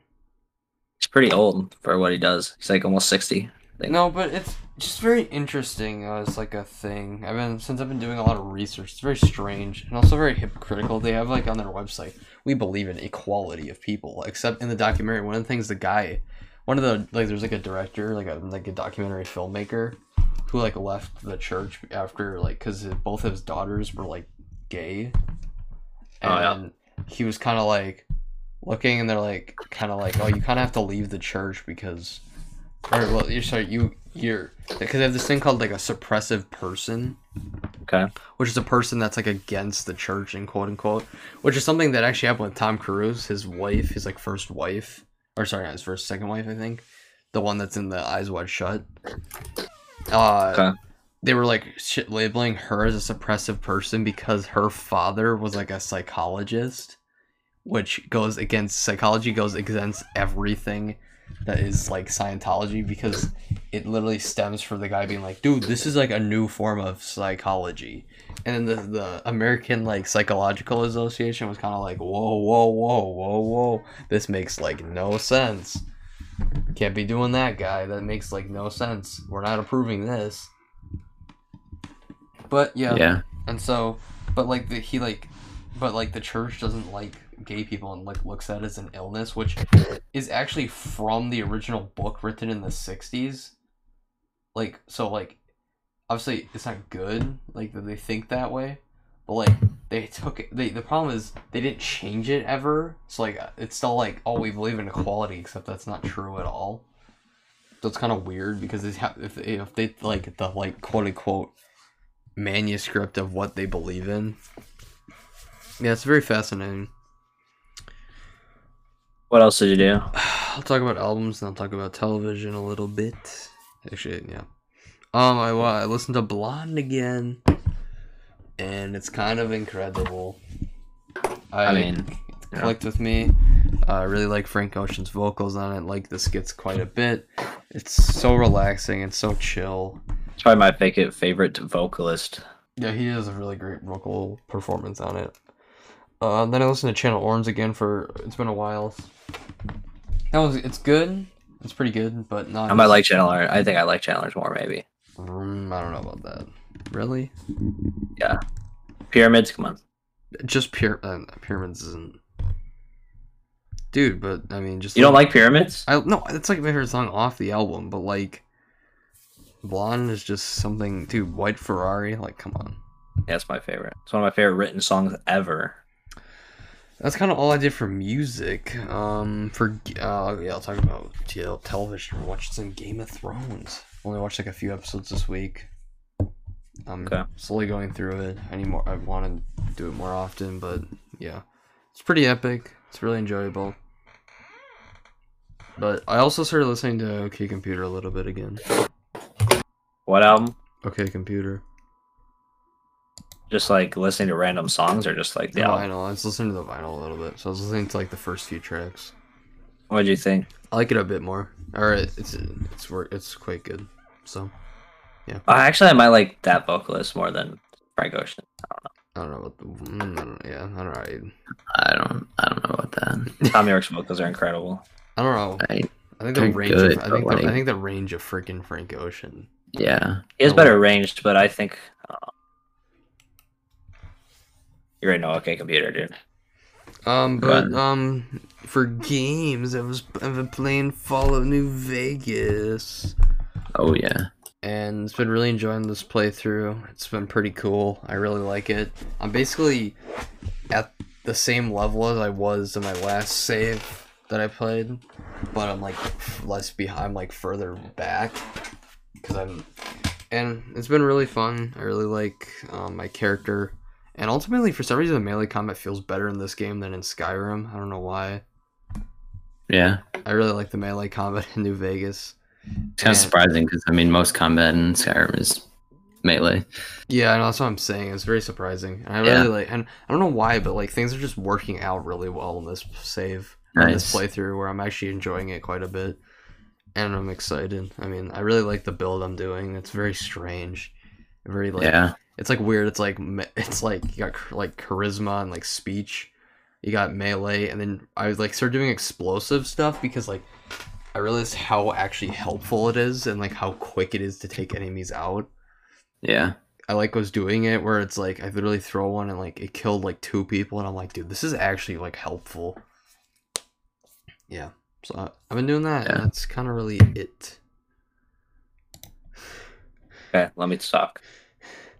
S3: he's pretty old for what he does. He's like almost sixty. thing.
S1: No, but it's just very interesting uh, It's like a thing. I've been since I've been doing a lot of research. It's very strange and also very hypocritical. They have like on their website, we believe in equality of people. Except in the documentary, one of the things the guy, one of the like, there's like a director, like a like a documentary filmmaker, who like left the church after like because both his daughters were like gay,
S3: Oh, yeah.
S1: and he was kind of like looking, and they're like kind of like, oh, you kind of have to leave the church because, or well, you're sorry, you you're because they have this thing called like a suppressive person
S3: Okay.
S1: which is a person that's like against the church and quote unquote, which is something that actually happened with Tom Cruise, his wife, his like first wife, or sorry, not his first second wife, I think, the one that's in the Eyes Wide Shut. Uh,
S3: Okay.
S1: They were like shit labeling her as a suppressive person because her father was like a psychologist, which goes against psychology goes against everything that is like Scientology because it literally stems from the guy being like, dude, this is like a new form of psychology. And then the, the American like Psychological Association was kind of like, whoa, whoa, whoa, whoa, whoa, this makes like no sense. Can't be doing that, guy. That makes like no sense. We're not approving this. But yeah,
S2: yeah.
S1: and so, but like the he like, but like the church doesn't like gay people and like looks at it as an illness, which is actually from the original book written in the '60s. Like so, like obviously it's not good like that they think that way, but like they took it. They, the problem is they didn't change it ever. So like it's still like oh we believe in equality, except that's not true at all. So it's kind of weird because they have, if if they like the like quote unquote manuscript of what they believe in. Yeah, it's very fascinating. (sighs)
S3: What else did you do?
S1: I'll talk about albums and I'll talk about television a little bit. Actually, yeah. Um, I wa- I listened to Blonde again, and it's kind of incredible. I,
S3: I mean, yeah.
S1: clicked with me. Uh, I really like Frank Ocean's vocals on it. Like the skits quite a bit. It's so relaxing and so chill.
S3: it's probably my favorite favorite vocalist.
S1: Yeah, he does a really great vocal performance on it. Uh, then I listened to Channel Orange again for it's been a while. That was it's good. It's pretty good, but not.
S3: I might like Chandler. I think I like Chandler's more maybe.
S1: Mm, I don't know about that. Really?
S3: Pyramids, come on.
S1: Just pure uh, pyramids isn't. Dude, but I mean, just
S3: You don't like pyramids?
S1: I no, it's like my favorite song off the album, but like, Blonde is just something. Dude, White Ferrari, like, come on.
S3: Yeah, it's my favorite. It's one of my favorite written songs ever.
S1: That's kind of all I did for music. Um, for uh, yeah, I'll talk about TL television. Watched some Game of Thrones. Only watched like a few episodes this week. I'm
S3: Okay.
S1: slowly going through it. I need more. I want to do it more often, but yeah, it's pretty epic. It's really enjoyable. But I also started listening to OK Computer a little bit again.
S3: What album?
S1: OK Computer.
S3: Just like listening to random songs or just like the
S1: The
S3: album?
S1: vinyl. I was listening to the vinyl a little bit, so I was listening to like the first few tracks.
S3: What do you think?
S1: I like it a bit more. Or it- it's it's wor- it's quite good. So
S3: Uh, actually, I might like that vocalist more than Frank Ocean.
S1: I don't know about the mm, I don't, yeah I don't know.
S2: I don't. I don't know about that.
S3: Tom York's vocals are incredible.
S1: I, I don't know. I
S2: I,
S1: think the
S2: They're
S1: range.
S2: good,
S1: of, I
S2: but
S1: think the, I
S2: like-
S1: think the range of freaking Frank Ocean.
S2: yeah.
S3: He has
S1: Oh.
S3: better arranged, but I think uh, you already know. Okay, computer, dude.
S1: Um, but
S2: Right.
S1: um, for games, I was I've been playing Fallout New Vegas,
S2: Oh yeah.
S1: and it's been really enjoying this playthrough. It's been pretty cool. I really like it. I'm basically at the same level as I was in my last save that I played, but I'm like less behind, I'm like further back because I'm. And it's been really fun. I really like um, my character, and ultimately, for some reason, the melee combat feels better in this game than in Skyrim. I don't know why.
S2: Yeah.
S1: I really like the melee combat (laughs) in New Vegas.
S2: It's kind
S1: And-
S2: of surprising because I mean most combat in Skyrim is melee.
S1: Yeah, and that's what I'm saying. It's very surprising. And I really
S2: Yeah.
S1: like, and I don't know why, but like things are just working out really well in this save, or in this
S2: Nice.
S1: playthrough, where I'm actually enjoying it quite a bit, and I'm excited. I mean, I really like the build I'm doing. It's very strange, very like
S2: Yeah.
S1: it's like weird. It's like me- it's like you got ch- like charisma and like speech. You got melee, and then I was like started doing explosive stuff because like I realized how actually helpful it is and like how quick it is to take enemies out.
S2: Yeah.
S1: I like was doing it where it's like I literally throw one and like it killed like two people and I'm like, dude, this is actually like helpful. Yeah. So I, I've been doing that.
S2: Yeah.
S1: And that's kind of really it.
S3: Okay, let me talk.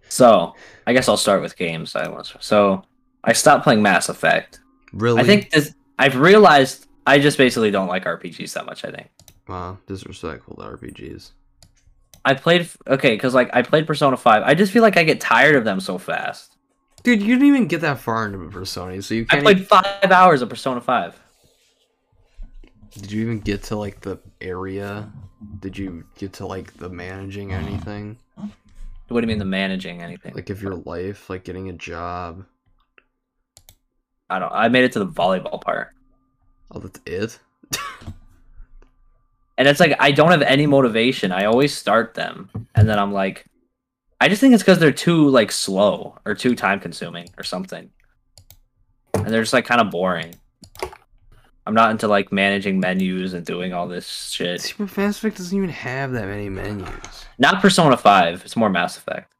S3: So, I guess I'll start with games. I was so I stopped playing Mass Effect.
S1: Really?
S3: I think this. I've realized I just basically don't like RPGs that much. I think
S1: Wow, uh, disrespectful to RPGs.
S3: I played okay because like I played Persona Five. I just feel like I get tired of them so fast.
S1: Dude, you didn't even get that far into Persona, so you
S3: I
S1: can't. e-,
S3: played five hours of Persona Five.
S1: even- did you even get to like the area? Did you get to like the managing anything?
S3: What do you mean the managing anything?
S1: Like if your life, like getting a job.
S3: I don't. I made it to the volleyball part,
S1: Oh, that's it.
S3: and it's like I don't have any motivation. I always start them, and then I'm like, I just think it's because they're too like slow or too time consuming or something, and they're just like kind of boring. I'm not into like managing menus and doing all this shit.
S1: See, but Mass Effect doesn't even have that many menus.
S3: Not Persona Five. It's more Mass Effect.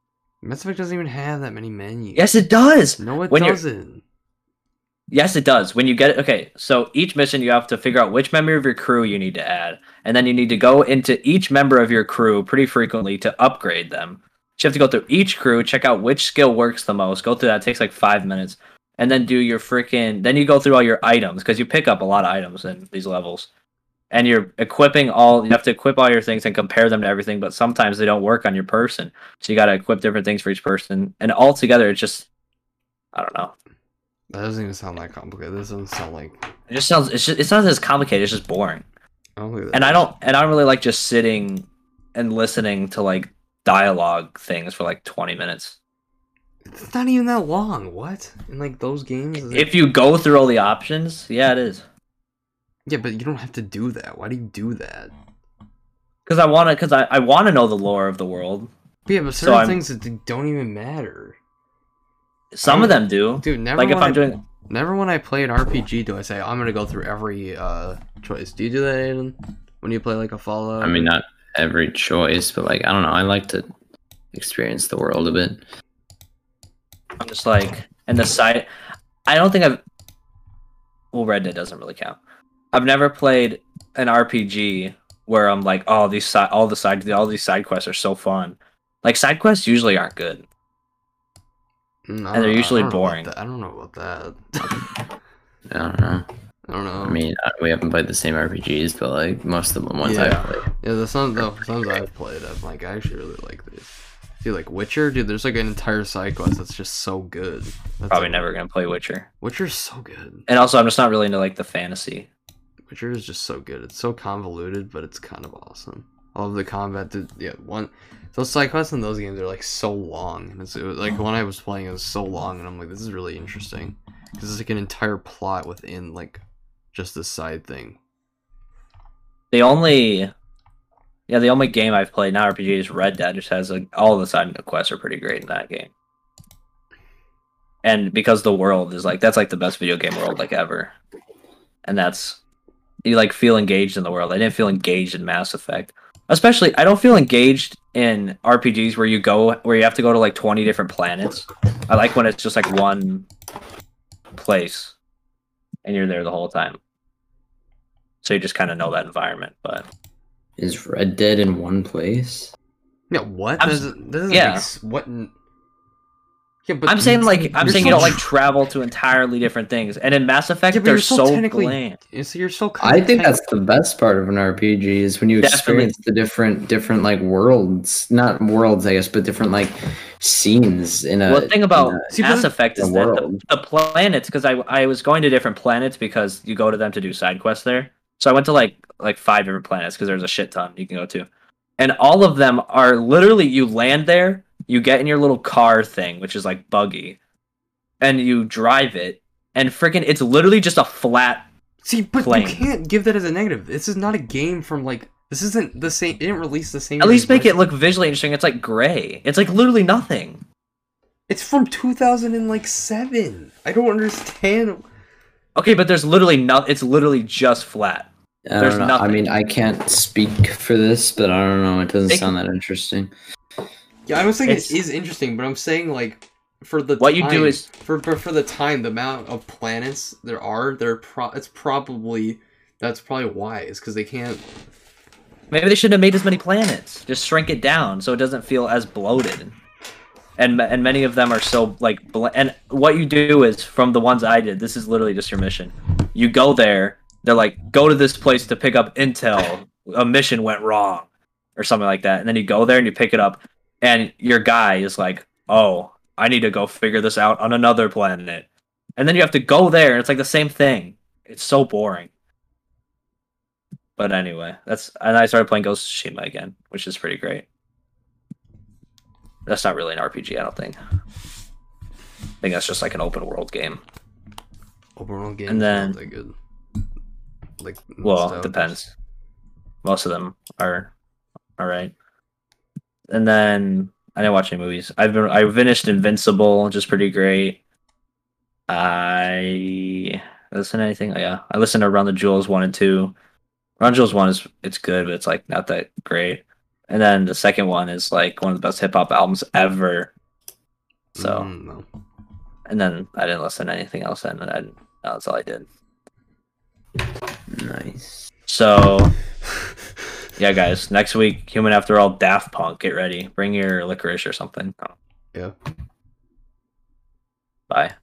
S1: Mass Effect doesn't even have that many menus.
S3: Yes, it does.
S1: No, it
S3: when you're-
S1: doesn't.
S3: Yes, it does. When you get it, okay. So each mission, you have to figure out which member of your crew you need to add, and then you need to go into each member of your crew pretty frequently to upgrade them. So you have to go through each crew, check out which skill works the most. Go through that. It takes like five minutes, and then do your freaking. Then you go through all your items because you pick up a lot of items in these levels, and you're equipping all. You have to equip all your things and compare them to everything. But sometimes they don't work on your person, so you got to equip different things for each person. And altogether, it's just, I don't know.
S1: That doesn't even sound that complicated. That doesn't sound like.
S3: It just sounds. It's just. It's not as complicated. It's just boring.
S1: I don't think that
S3: And I
S1: is-
S3: don't. And I don't really like just sitting and listening to like dialogue things for like twenty minutes.
S1: It's not even that long. What? In like those games? is it-
S3: If you go through all the options, yeah, it is.
S1: Yeah, but you don't have to do that. Why do you do that?
S3: Because I want to. Because I, I want to know the lore of the world.
S1: But yeah, but
S3: So
S1: certain
S3: I'm-
S1: things that don't even matter.
S3: Some of them do.
S1: Dude, never
S3: Like if
S1: when
S3: I'm
S1: I-
S3: doing.
S1: never when I play an RPG do I say I'm gonna go through every uh choice. Do you do that Aiden? when you play like a Fallout?
S2: I mean, not every choice, but like I don't know. I like to experience the world a bit.
S3: I'm just like. And the side. I don't think I've. Well, Red Dead doesn't really count. I've never played an RPG where I'm like, oh, these side, all the side, all these side quests are so fun. Like side quests usually aren't good.
S1: Mm, I
S3: and they're
S1: don't- I
S3: usually
S1: don't know about
S3: boring.
S1: that- I don't know about that.
S3: (laughs)
S2: I don't know.
S1: I don't know.
S2: I mean, I- we haven't played the same RPGs, but like most of the ones
S1: Yeah.
S2: I've played.
S1: yeah, the some the some that I've played, I'm like I actually really like these. Dude, like Witcher, dude, there's like an entire side quest that's just so good. That's
S3: Probably
S1: like-
S3: never gonna play Witcher.
S1: Witcher's so good.
S3: And also, I'm just not really into like the fantasy.
S1: Witcher is just so good. It's so convoluted, but it's kind of awesome. I love the combat. Dude, yeah, one those side quests in those games are like so long, and it's it was, like when I was playing, it was so long, and I'm like, this is really interesting because it's like an entire plot within like just this side thing.
S3: The only, yeah, the only game I've played not RPG is Red Dead. Just has like all the side quests are pretty great in that game. And because the world is like that's like the best video game world like ever, and that's you like feel engaged in the world. I didn't feel engaged in Mass Effect. Especially, I don't feel engaged in RPGs where you go where you have to go to like 20 different planets. I like when it's just like one place and you're there the whole time. So you just kind of know that environment, but
S2: Is Red Dead in one place?
S1: Yeah, what?
S3: I'm
S1: That
S3: s-
S1: doesn't, that doesn't
S3: yeah.
S1: make s- what? in- Yeah, but
S3: I'm saying like I'm
S1: you're
S3: saying
S1: so
S3: you don't
S1: tr-
S3: like travel to entirely different things. And in Mass Effect,
S1: Yeah, but
S3: they're
S1: you're still
S3: so
S1: technically-
S3: bland.
S1: Yeah, so you're so.
S2: I think
S1: content-
S2: that's the best part of an RPG is when you
S3: Definitely.
S2: experience the different different like worlds, not worlds, I guess, but different like scenes in a
S3: well, the thing about
S2: in
S1: See, but
S3: Mass
S1: the-
S3: Effect
S2: Uh, the
S3: is that the,
S2: world.
S3: the planets, because I I was going to different planets because you go to them to do side quests there. So I went to like like five different planets because there's a shit ton you can go to, and all of them are literally you land there, you get in your little car thing, which is like buggy, and you drive it, and freaking it's literally just a flat.
S1: See, but
S3: plain.
S1: you can't give that as a negative. This is not a game from like. This isn't the same. It didn't release the same.
S3: At
S1: as
S3: least make
S1: Red-
S3: it look visually interesting. It's like gray. It's like literally nothing.
S1: It's from 2007. I don't understand.
S3: Okay, but there's literally not. It's literally just flat.
S2: I
S3: There's
S2: don't know. I
S3: nothing.
S2: mean, I can't speak for this, but I don't know. It doesn't
S3: They
S2: sound that interesting.
S1: Yeah, I was saying
S3: It's-
S1: it is interesting, but I'm saying like for the
S3: What you do
S1: time-
S3: is-
S1: for for for the time, the amount of planets there are, they're pro. It's probably that's probably why is because they can't.
S3: Maybe they shouldn't have made as many planets. Just shrink it down so it doesn't feel as bloated. And ma- and many of them are so like bl- and what you do is from the ones I did. This is literally just your mission. You go there. They're like, go to this place to pick up intel. A mission went wrong, or something like that. And then you go there and you pick it up, and your guy is like, oh, I need to go figure this out on another planet. And then you have to go there, and it's like the same thing. It's so boring. But anyway, that's and I started playing Ghost of Tsushima again, which is pretty great. That's not really an RPG, I don't think. I think that's just like an open world game.
S1: Open world game.
S3: And then-
S1: sounds like good. Like
S3: Well,
S1: nostalgia.
S3: it depends. Most of them are all right. And then I didn't watch any movies. I've been I finished Invincible, which is pretty great. I listen to anything? yeah, I listened to Run the Jewels one and two. Run the Jewels one is it's good, but it's like not that great. And then the second one is like one of the best hip hop albums ever. So
S1: Mm, no.
S3: and then I didn't listen to anything else, and then I that's all I did.
S2: Nice.
S3: So, yeah, guys, next week, Human After All, Daft Punk, get ready. Bring your licorice or something.
S1: Yeah.
S3: Bye.